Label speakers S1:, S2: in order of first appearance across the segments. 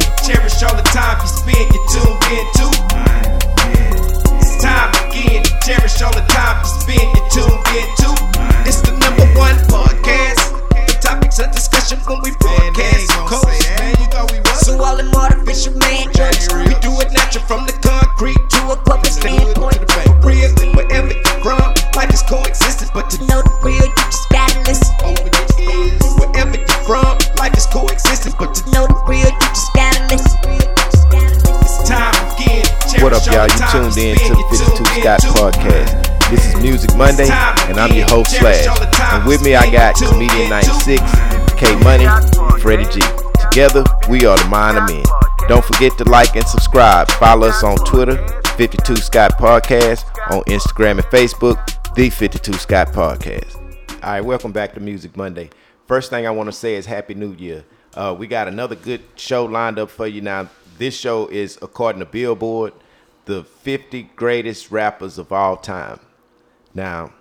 S1: much all the time you spend, you're tuned in to. It's time again to cherish all the time you spend, you're tuned in to. This the number one podcast. The topics of discussion when we broadcast. of course. So all them artificial man judges, we do it natural from the concrete to a public standpoint. For real, wherever you're from, life is coexistence, but to know the real, you just gotta listen. Wherever you're from, life is coexistence, but to know the real, you just gotta listen. It's time again.
S2: What up, y'all? You tuned in to the 52 Scott podcast. This is Music Monday, and I'm your host, Slash. And with me, I got Comedian 96, K Money, Freddie G. Together, we are the Mind of Men. Don't forget to like and subscribe. Follow us on Twitter, 52 Scott Podcast, on Instagram and Facebook, The 52 Scott Podcast. All right, welcome back to Music Monday. First thing I want to say is Happy New Year. Uh, we got another good show lined up for you now. This show is, according to Billboard, the 50 greatest rappers of all time. Now,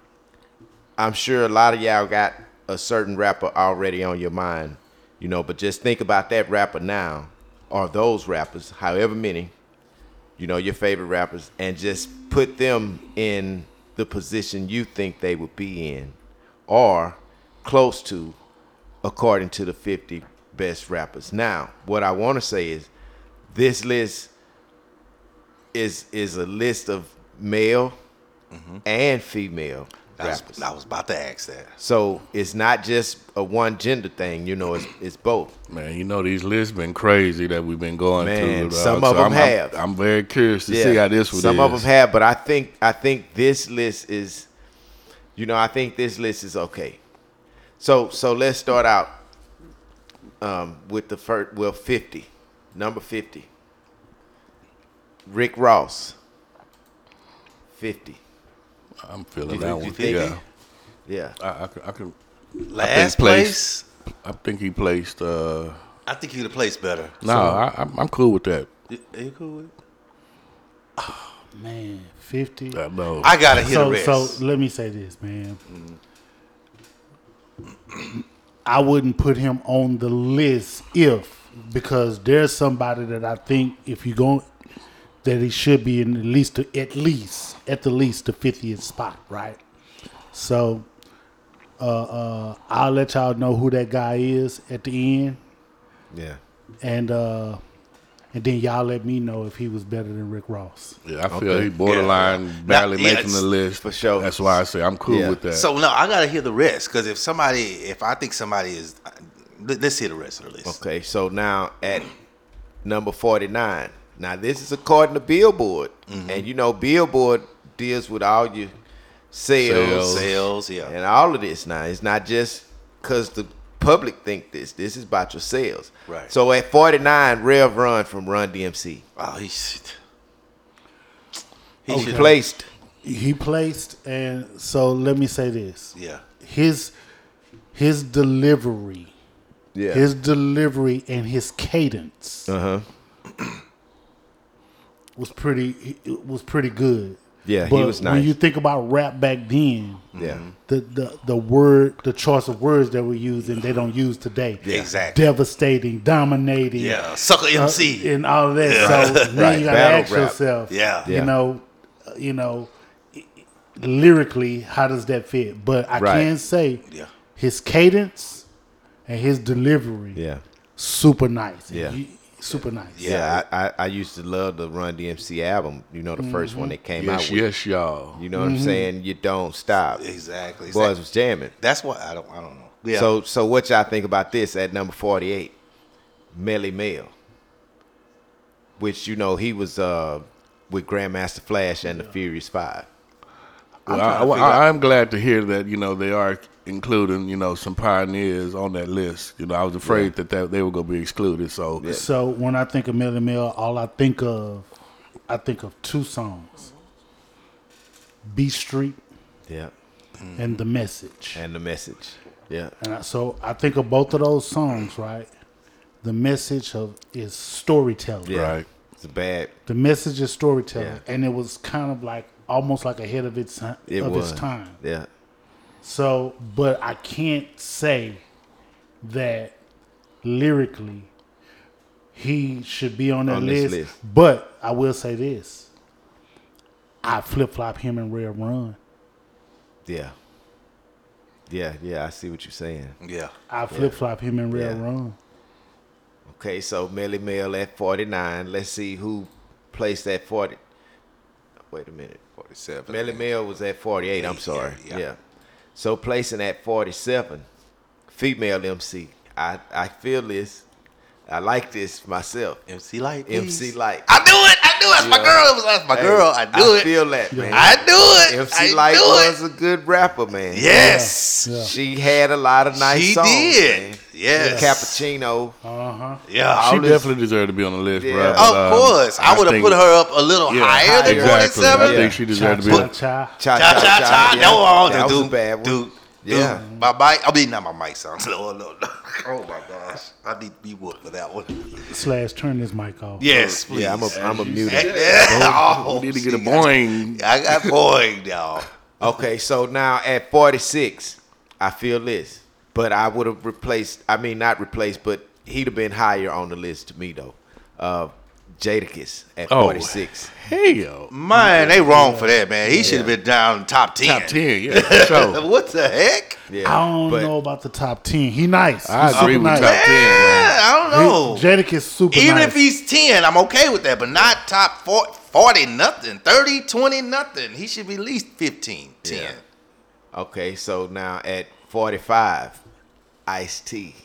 S2: I'm sure a lot of y'all got a certain rapper already on your mind, you know, but just think about that rapper now, or those rappers, however many, you know, your favorite rappers, and just put them in the position you think they would be in, or close to, according to the 50 best rappers. Now, what I want to say is this list is is a list of male and female
S3: I was,
S2: rappers.
S3: I was about to ask that.
S2: So it's not just a one gender thing, you know, it's it's both.
S4: Man, you know these lists been crazy that we've been going
S2: Man,
S4: through. dog.
S2: some of 'em
S4: I'm, I'm-
S2: have.
S4: I'm, very curious to see how this one
S2: Some
S4: is.
S2: of them have, but I think I think this list is, you know, I think this list is okay. So so let's start out um, with the first, well, fifty, number fifty. Rick Ross, fifty.
S4: I'm feeling
S2: You
S4: that
S2: think-
S4: one.
S2: you think- Yeah,
S4: yeah, I, I, could- I can.
S3: Last
S4: place-
S3: place,
S4: I think he placed. uh
S3: I think you'd have placed better.
S4: No, I, I'm, I'm cool with that.
S3: So, you- are you cool with it?
S5: Man, 50.
S4: I know.
S3: I gotta hit a
S5: so,
S3: rest.
S5: so let me say this, man. I wouldn't put him on the list if, because there's somebody that I think if you go, that he should be in at least, at least, at the least the 50th spot, right? So uh, uh, I'll let y'all know who that guy is at the end.
S2: yeah.
S5: And, uh, and then y'all let me know if he was better than Rick Ross.
S4: yeah, I feel
S2: Okay.
S4: he borderline barely
S3: Now, yeah,
S4: making the
S3: it's-
S4: list
S2: for sure.
S4: That's why I say I'm cool
S2: Yeah.
S4: with that.
S3: So no, I gotta hear the rest because if somebody, if I think somebody is, let- let's hear the rest of the list.
S2: Okay, so now at number 49. Now, this is according to Billboard.
S3: Mm-hmm.
S2: And you know, Billboard deals with all your sales,
S4: Sales.
S3: Sales, yeah.
S2: and all of this now. It's not just because the public think this. This is about your sales.
S3: Right.
S2: So at 49, Rev Run from Run DMC.
S3: Oh, he's he
S2: He
S3: should
S2: placed.
S5: he placed and so let me say this
S3: Yeah,
S5: his his delivery
S2: Yeah.
S5: his delivery and his cadence
S2: uh-huh.
S3: Mm-hmm.
S5: was pretty it was pretty good
S2: Yeah, he
S5: but
S2: was
S5: when
S2: nice.
S5: you think about rap back then
S2: Yeah.
S5: the, the the word the choice of words that were used and they don't use today
S3: exactly.
S5: devastating dominating
S3: Yeah, sucker
S5: uh,
S3: MC.
S5: and all of that. So now
S2: Right,
S5: you gotta
S2: battle
S5: ask
S2: rap.
S5: yourself,
S3: Yeah.
S2: Yeah.
S5: you know, uh, you know, i- i- lyrically, how does that fit? But I
S2: Right.
S5: can say,
S3: Yeah.
S5: his cadence and his delivery,
S2: Yeah.
S5: super nice.
S2: Yeah.
S5: You- super nice.
S2: Yeah. I, I, I used to love the Run DMC album, you know, the first one that came out.
S4: yes,
S2: with.
S4: yes, y'all.
S2: You know what I'm saying? You don't stop.
S3: Exactly. It's
S2: Boys
S3: like-
S2: was jamming.
S3: that's why I don't. I don't know. Yeah.
S2: So so what y'all think about this at number 48? Melly Mel. Which you know he was uh with Grandmaster Flash and the Furious 5.
S4: Well, I,
S3: figure out-
S4: am glad to hear that you know they are including you know some pioneers on that list. You know, I was afraid that, that they were going to be excluded. So
S5: So when I think of Melly Mel, all I think of, I think of two songs: B Street
S2: Yeah.
S5: and The Message.
S2: Mm. And the message. Yeah.
S5: And I, so I think of both of those songs, right? The message of is storytelling.
S2: yeah.
S4: Right.
S2: It's a bad.
S5: The message is storytelling,
S2: Yeah.
S5: and it was kind of like almost like ahead of its ti-
S2: It
S5: of
S2: was
S5: its time.
S2: Yeah.
S5: So, but I can't say that lyrically he should be on that
S2: On this
S5: list.
S2: list.
S5: But I will say this: I flip flop him and Red Run.
S2: Yeah. Yeah, yeah, I see what you're saying.
S3: Yeah.
S5: I flip flop him and Red
S2: Yeah.
S5: Run.
S2: Okay, so Melly Mel at 49. Let's see who placed at 40. Wait a minute.
S3: 47.
S2: Melly Mel was at 48. I'm sorry.
S3: Yeah,
S2: Yeah.
S3: yeah.
S2: So placing at 47, female MC. I, I feel this. I like this myself.
S3: MC Light.
S2: MC
S3: please.
S2: Light.
S3: I knew it. I knew it. That's my
S2: Yeah.
S3: girl. It was- That's my
S2: Hey,
S3: girl. I knew
S2: I
S3: it.
S2: feel that, man.
S3: I knew it.
S2: MC
S3: I
S2: Light
S3: knew
S2: was
S3: it.
S2: a good rapper, man.
S3: Yes.
S5: Yeah.
S2: She had a lot of nice
S3: She
S2: songs.
S3: did.
S2: man.
S3: Yes.
S2: Cappuccino.
S5: Uh huh.
S3: Yeah.
S4: She
S2: All this-
S4: definitely deserved to be on the list,
S2: Yeah.
S4: bro.
S2: Of
S4: but,
S3: Of
S4: um,
S3: course. I would have
S4: think-
S3: put her up a little
S4: yeah,
S3: higher than
S4: exactly.
S3: 47.
S4: I
S2: Yeah.
S4: think she deserved to be.
S5: Cha
S4: on
S5: cha.
S2: Cha
S3: Cha cha cha.
S2: yeah.
S3: No, all
S2: That was
S3: dude.
S2: a bad one.
S3: Dude.
S2: Yeah.
S3: Dude, my mic. I mean, not my mic sounds low. low, low. Oh my gosh, I need to be whooped for that one.
S5: Slash, turn this mic off.
S3: Yes, please.
S2: Yeah, I'm a, I'm a muted.
S3: oh,
S4: We need to get a
S3: see,
S4: boing.
S3: I got boing now.
S2: Okay, so now at 46, I feel this. But I would have replaced, I mean, not replaced, but he'd have been higher on the list to me, though. Uh, Jadakiss at
S4: Oh.
S2: 46.
S4: Hell,
S3: Man, they wrong for that, man. He should have been down top ten.
S4: top ten. Yeah, for sure.
S3: What the heck?
S2: Yeah,
S5: I don't
S2: but
S5: know about the top ten. He nice.
S4: I
S5: He's
S4: agree
S5: super
S4: with
S5: nice.
S4: top ten. Man.
S3: Yeah, I don't know.
S5: Jadakiss super
S3: Even
S5: nice.
S3: if he's 10, I'm okay with that, but not top 40, 40 nothing, 30, 20 nothing. He should be at least 15, 10.
S2: Yeah. Okay, so now at 45, Ice T.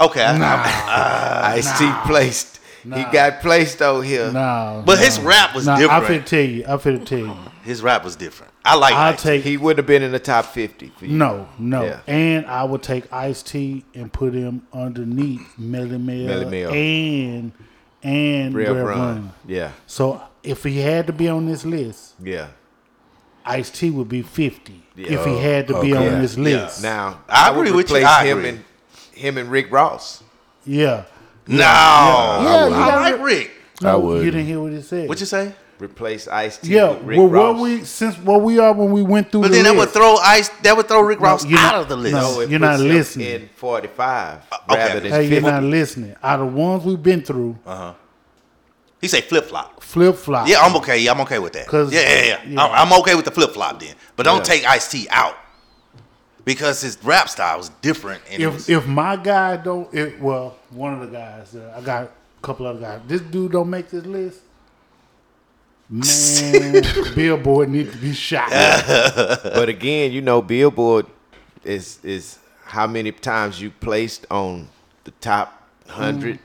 S3: Okay, I- I-
S2: Ice T placed. He
S5: Uh, Nah.
S2: got placed over here.
S5: no,
S3: but
S5: no.
S3: his rap was
S5: Nah, I
S3: different.
S5: finna tell you. I finna tell you.
S3: his rap was different. I like
S5: I'll
S3: that.
S5: take
S2: He would have been in the top 50 for you.
S5: no, no,
S2: Yeah.
S5: and I would take Ice T and put him underneath Melly Mel,
S2: Melly Mel.
S5: and and
S2: Rev
S5: Rev
S2: run.
S5: Run.
S2: Yeah,
S5: So if he had to be on this list,
S2: yeah.
S5: Ice T would be fifty.
S2: Yeah.
S5: If he had to be
S4: Okay.
S5: on this
S3: Yeah.
S5: list, yeah,
S2: Now,
S3: I
S2: would
S3: agree with you.
S2: replace
S3: I
S2: him
S3: agree.
S2: and him and Rick Ross.
S5: yeah.
S3: no.
S5: Yeah, you
S3: I
S5: gotta-
S3: like Rick.
S5: No,
S4: wouldn't.
S5: you didn't hear what he said.
S3: What you say?
S2: Replace Ice T.
S5: yeah,
S2: with Rick
S5: well,
S2: Ross.
S5: what we since what we are when we went through
S3: But
S5: the
S3: then that
S5: list,
S3: would throw ice. That would throw Rick Ross
S5: you're
S3: out
S5: not-
S3: of the
S5: no.
S3: list.
S2: it
S5: You're
S2: puts
S5: not
S2: him
S5: listening.
S2: In 45
S4: Uh,
S3: okay.
S2: rather than
S5: hey,
S2: 50.
S5: you're not listening. Out of ones we've been through,
S3: He say flip flop.
S5: flip flop.
S3: Uh, Yeah, I'm okay. Yeah, I'm okay with that.
S5: 'Cause-
S3: yeah, yeah, yeah.
S5: yeah.
S3: I'm, I'm okay with the flip flop then. But don't
S2: Yeah.
S3: take Ice T out because his rap style was different. And it
S5: if
S3: was-
S5: if my guy don't, if, well, one of the guys, uh, I got a couple other guys. This dude don't make this list. Man, Billboard need to be shot.
S2: But again, you know, Billboard is is how many times you placed on the top 100,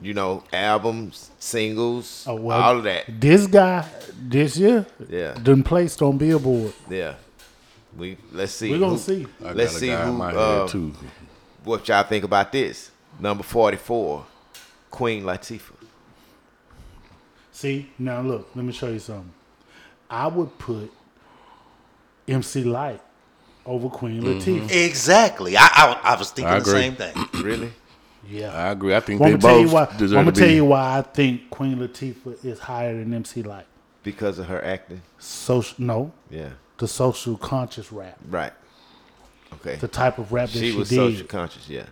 S2: you know, albums, singles,
S5: Mm-hmm. Oh, well,
S2: all of that.
S5: This guy, this year,
S2: Yeah.
S5: done placed on Billboard.
S2: Yeah. We let's see.
S5: We're gonna
S2: who-
S5: see.
S4: I
S2: Let's
S4: got a
S2: see
S4: guy in
S2: who,
S4: my
S2: uh,
S4: head too.
S2: what y'all think about this. Number 44, Queen Latifah.
S5: See now, look, let me show you something. I would put MC Light over Queen Latifah.
S3: exactly. I, I I was thinking
S4: I
S3: the
S4: agree.
S3: same thing.
S2: Really?
S5: Yeah,
S4: I agree. I think
S5: Well,
S4: they
S5: I'm gonna tell you
S4: both
S5: why. I'm
S4: deserve
S5: gonna
S4: to be.
S5: tell you why I think Queen Latifah is higher than MC Light.
S2: Because of her acting.
S5: Social, no,
S2: Yeah.
S5: the social conscious rap,
S2: Right. Okay.
S5: the type of rap that
S2: She
S5: she,
S2: was
S5: did.
S2: social conscious, yeah.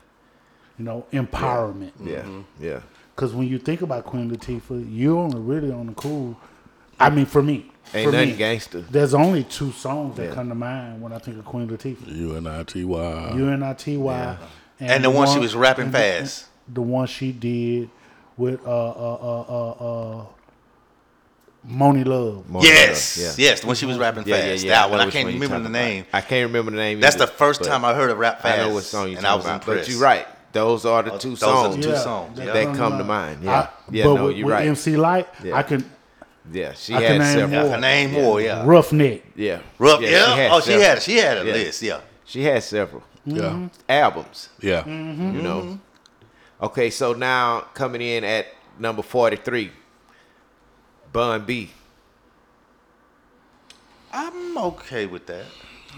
S5: you know, empowerment.
S2: Yeah.
S3: Mm-hmm.
S2: Yeah.
S5: Because when you think about Queen Latifah, you're only really on the cool. I mean, for me,
S2: Ain't
S5: for
S2: nothing
S5: me,
S2: gangster.
S5: There's only two songs that
S2: Yeah.
S5: come to mind when I think of Queen Latifah.
S4: You and I, T Y.
S5: U N I T Y,
S3: And the one she was rapping
S5: and the-
S3: fast.
S5: The one she did with uh uh uh uh, uh Moni Love.
S2: More
S3: Yes,
S2: of her,
S3: yes. When she was rapping
S2: Yeah, yeah,
S3: fast,
S2: yeah,
S3: that
S2: know
S3: one I
S2: which
S3: can't
S2: one you
S3: remember the
S2: talking about.
S3: name.
S2: I can't remember the name.
S3: That's
S2: either,
S3: the first
S2: but
S3: time I heard her rap fast.
S2: I know what song you're
S3: and I
S2: talking
S3: was
S2: about.
S3: impressed.
S2: But you're right. Those are the
S3: Oh,
S2: two
S3: those are
S2: songs.
S3: the two songs, yeah.
S2: that come to mind, yeah. Yeah,
S5: but
S2: no,
S5: with,
S2: you're
S5: with
S2: right.
S5: MC Light,
S2: Yeah.
S5: I can
S2: Yeah, she
S5: I can
S2: had
S5: name
S2: several.
S3: Yeah, her name Moore. Yeah,
S5: roughneck.
S2: Yeah.
S3: rough. Yeah.
S2: she had
S3: oh, she
S2: several.
S3: had she had a
S2: Yeah.
S3: list. Yeah.
S2: She had several
S5: mm-hmm.
S4: Yeah.
S2: albums,
S4: Yeah.
S3: Mm-hmm.
S2: you know. Okay, so now coming in at number 43, Bun B.
S3: I'm okay with that.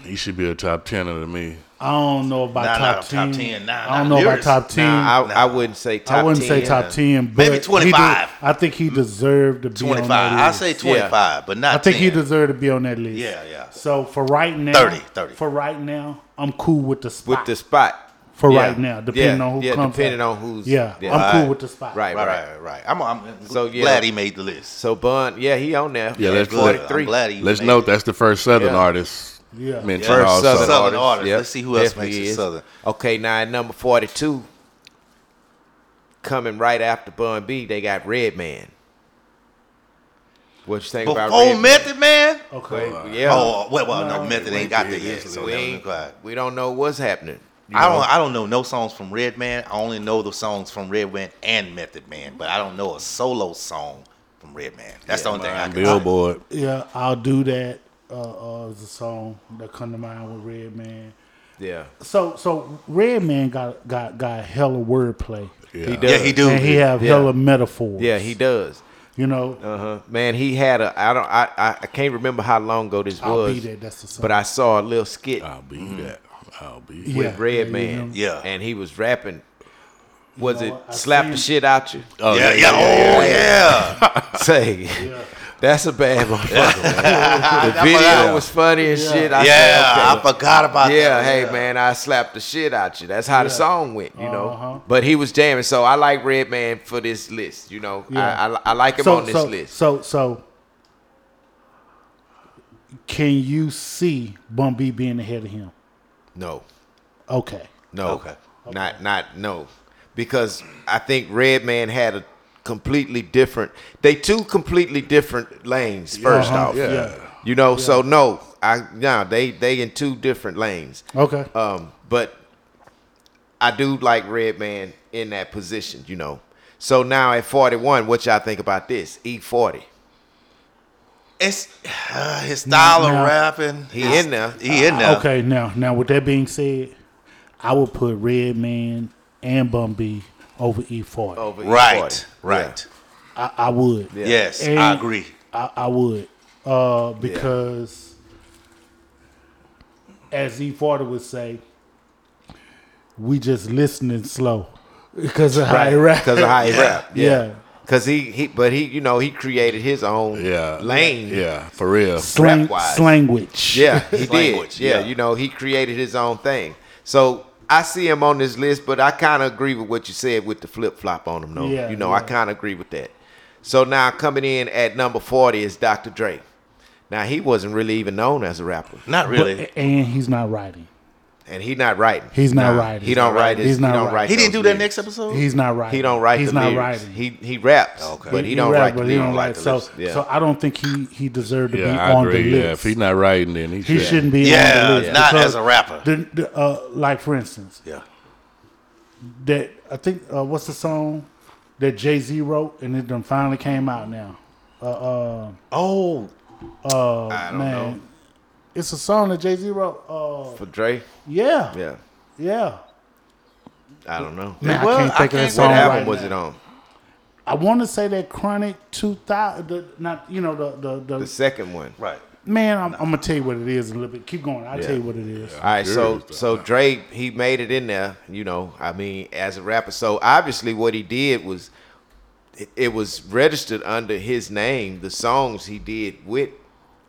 S4: He should be a top ten to me.
S5: I don't know about
S3: Nah, nah,
S5: top,
S3: top
S5: 10.
S3: 10, nah,
S5: I don't
S3: nah,
S5: know
S3: lyrics.
S5: about top 10.
S2: Now, I, I wouldn't say top 10.
S5: I wouldn't say top 10, but
S3: Maybe
S5: he did-
S3: 25.
S5: I think he deserved to be
S3: Twenty
S5: on
S3: five.
S5: that
S3: I
S5: list.
S3: say twenty five, but not.
S5: I think
S3: 10.
S5: he deserved to be on that list.
S3: Yeah, yeah.
S5: So for right now,
S3: 30, 30.
S5: For right now, I'm cool with the spot.
S2: With the spot.
S5: for
S2: Yeah.
S5: right now, depending
S2: Yeah.
S5: on who
S2: Yeah,
S5: comes.
S2: depending
S5: up.
S2: on who's-
S5: Yeah,
S2: yeah.
S5: I'm cool
S3: Right.
S5: with the spot.
S2: Right,
S3: Right,
S2: right,
S3: right, right. I'm, I'm
S2: So, yeah.
S3: glad he made the list.
S2: So Bun, yeah, he on there.
S4: Yeah, that's
S3: Good.
S2: forty
S3: I'm
S2: three.
S3: glad he
S4: Let's
S3: made
S4: note
S3: it.
S4: that's the first Southern
S2: Yeah.
S4: artist
S5: Yeah.
S4: mentioned.
S3: First
S4: also.
S3: Southern
S4: Southern.
S3: artist. Let's see who else
S2: definitely
S3: makes it Southern.
S2: Okay, now at number forty two, coming right after Bun B, they got Redman. What you think about
S3: Before
S2: Redman?
S3: Method Man?
S5: Okay.
S2: Wait, yeah.
S3: Oh, well, well no, Method ain't got there
S4: yeah,
S3: yet. So
S2: we,
S3: that was
S2: ain't-
S3: required.
S2: we don't know what's happening. you
S3: I
S2: know?
S3: don't I don't know no songs from Redman. I only know the songs from Redman and Method Man, but I don't know a solo song from Redman. That's the only thing I can
S4: Billboard.
S5: Yeah, I'll do that. Uh, uh, is a song that come to mind with Redman.
S2: Yeah.
S5: So, so Redman got got got hella wordplay,
S2: He does.
S3: Yeah, he do.
S5: and he have
S2: Yeah.
S5: hella metaphors.
S2: Yeah, he does.
S5: You know,
S2: Uh huh. Man, he had a. I don't. I, I. I can't remember how long ago this
S5: I'll
S2: was.
S5: be there. That's the song.
S2: But I saw a little skit
S3: Uh-huh.
S4: I'll be that. I'll be
S5: Mm-hmm. Yeah.
S2: with Red
S5: you
S2: Man.
S5: know.
S3: Yeah.
S2: And he was rapping. Was
S5: know
S2: it
S5: what? I
S2: slap the
S5: seen-
S2: shit out you?
S4: Oh,
S3: Yeah, yeah, oh yeah.
S2: Say, that's a bad motherfucker. man. the
S3: I
S2: video
S3: forgot.
S2: was funny and shit. I
S3: yeah,
S2: said,
S3: I
S2: okay.
S3: forgot about that.
S2: yeah, hey man, I slapped the shit out you. That's how the song went, you know.
S5: Uh-huh.
S2: But he was jamming, so I like Redman for this list, you know.
S5: Yeah.
S2: I, I I like him
S5: so,
S2: on this
S5: so,
S2: list.
S5: So, so can you see Bun B being ahead of him?
S2: No,
S5: Okay.
S2: no,
S3: Okay.
S2: not not no, because I think Redman had a completely different. They two completely different lanes. First
S5: Uh-huh,
S2: off,
S4: yeah.
S2: You know, so no, I nah, they they in two different lanes.
S5: Okay.
S2: Um, but I do like Redman in that position, you know. So now at 41, what y'all think about this? E E40.
S3: It's uh, his style
S5: Now-
S3: of rapping.
S2: He
S3: his-
S2: in there.
S3: He in there.
S5: Okay. Now, now with that being said, I would put Redman and Bun B over E40.
S2: Over E
S3: Right.
S2: E40.
S3: Right.
S5: I, I would.
S3: Yes,
S5: And-
S3: I agree.
S5: I, I would, uh, because as E Forty would say, we just listening slow because of how he rap.
S2: Because of how he rap. Yeah.
S5: Yeah.
S2: Because he, he, but he, you know, he created his own
S4: Yeah.
S2: lane.
S4: Yeah, for real.
S5: slang
S2: rap-wise.
S5: language.
S2: Yeah, he did.
S3: Language,
S2: Yeah,
S3: yeah.
S2: you know, he created his own thing. So I see him on this list, but I kind of agree with what you said with the flip flop on him, though.
S5: Yeah,
S2: you know, I
S5: yeah.
S2: kind of agree with that. So now coming in at number 40 is Dr. Dre. Now, he wasn't really even known as a rapper,
S3: Not really.
S5: But, and he's not writing.
S2: and he not writing.
S5: He's not
S2: Nah,
S5: writing.
S2: He don't write his,
S5: He's
S2: he
S5: not
S2: don't
S5: writing.
S2: write
S3: he didn't do
S2: those
S3: that
S2: lyrics.
S3: next episode.
S5: He's not writing.
S2: He don't write the
S5: He's not
S2: lyrics.
S5: writing.
S2: He he raps, but he, don't
S5: rap,
S2: write the
S5: but he
S2: lyrics.
S5: don't write.
S3: the
S5: So,
S3: lyrics.
S2: Yeah.
S5: so I don't think he he deserved to be
S4: Yeah, I
S5: on the
S4: agree.
S5: list.
S4: Yeah, if he's not writing, then he,
S5: He
S4: should.
S5: shouldn't be on
S3: Yeah,
S5: the list.
S3: not
S5: because
S3: as a rapper.
S5: The, the, uh, like for instance,
S3: Yeah.
S5: that I think uh, what's the song that Jay Z wrote and it done finally came out now. Uh, uh,
S3: Oh,
S5: uh,
S2: I don't
S5: man,
S2: know.
S5: it's a song that Jay Z wrote. Uh,
S2: For Dre,
S5: yeah, yeah,
S2: yeah, I don't know.
S5: Man,
S3: Well,
S5: I can't
S3: I
S5: think of that
S3: can't go
S5: song
S2: What
S3: down
S5: right
S2: album was
S5: now.
S2: it on?
S5: I want to say that Chronic two thousand, not you know the the, the,
S2: The second one.
S3: right.
S5: man. I'm, I'm gonna tell you what it is a little bit. Keep going. I'll tell you what it is.
S2: All right, so
S4: Serious, though.
S2: so Drake he made it in there, you know. I mean, as a rapper, so obviously what he did was it, it was registered under his name. The songs he did with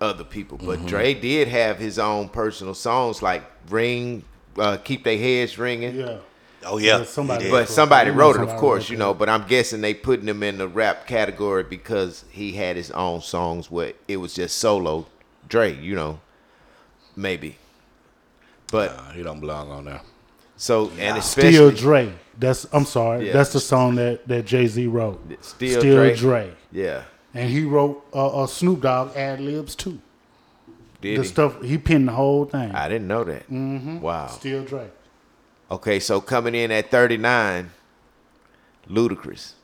S2: other people, but
S5: Mm-hmm.
S2: Dre did have his own personal songs like "Ring," uh, "Keep Their Heads Ringing."
S5: Yeah,
S3: Oh yeah.
S5: Yeah, somebody-
S3: he did.
S2: But
S5: so
S2: somebody
S5: I know
S2: wrote it, of
S5: somebody
S2: course,
S5: wrote
S2: you
S5: that.
S2: know. But I'm guessing they putting him in the rap category because he had his own songs where it was just solo Dre, you know, maybe. But
S4: Nah, he don't belong on there.
S2: so and especially
S5: Still Dre. That's I'm sorry.
S2: Yeah.
S5: That's the song that that Jay Z wrote.
S2: Still Dre.
S5: Dre.
S2: Yeah,
S5: and he wrote uh, uh, Snoop Dogg ad libs too.
S2: did
S5: the
S2: he?
S5: stuff Mm-hmm. he pinned the whole thing.
S2: I didn't know that. Wow.
S5: Still Dre.
S2: Okay, so coming in at 39, ludicrous.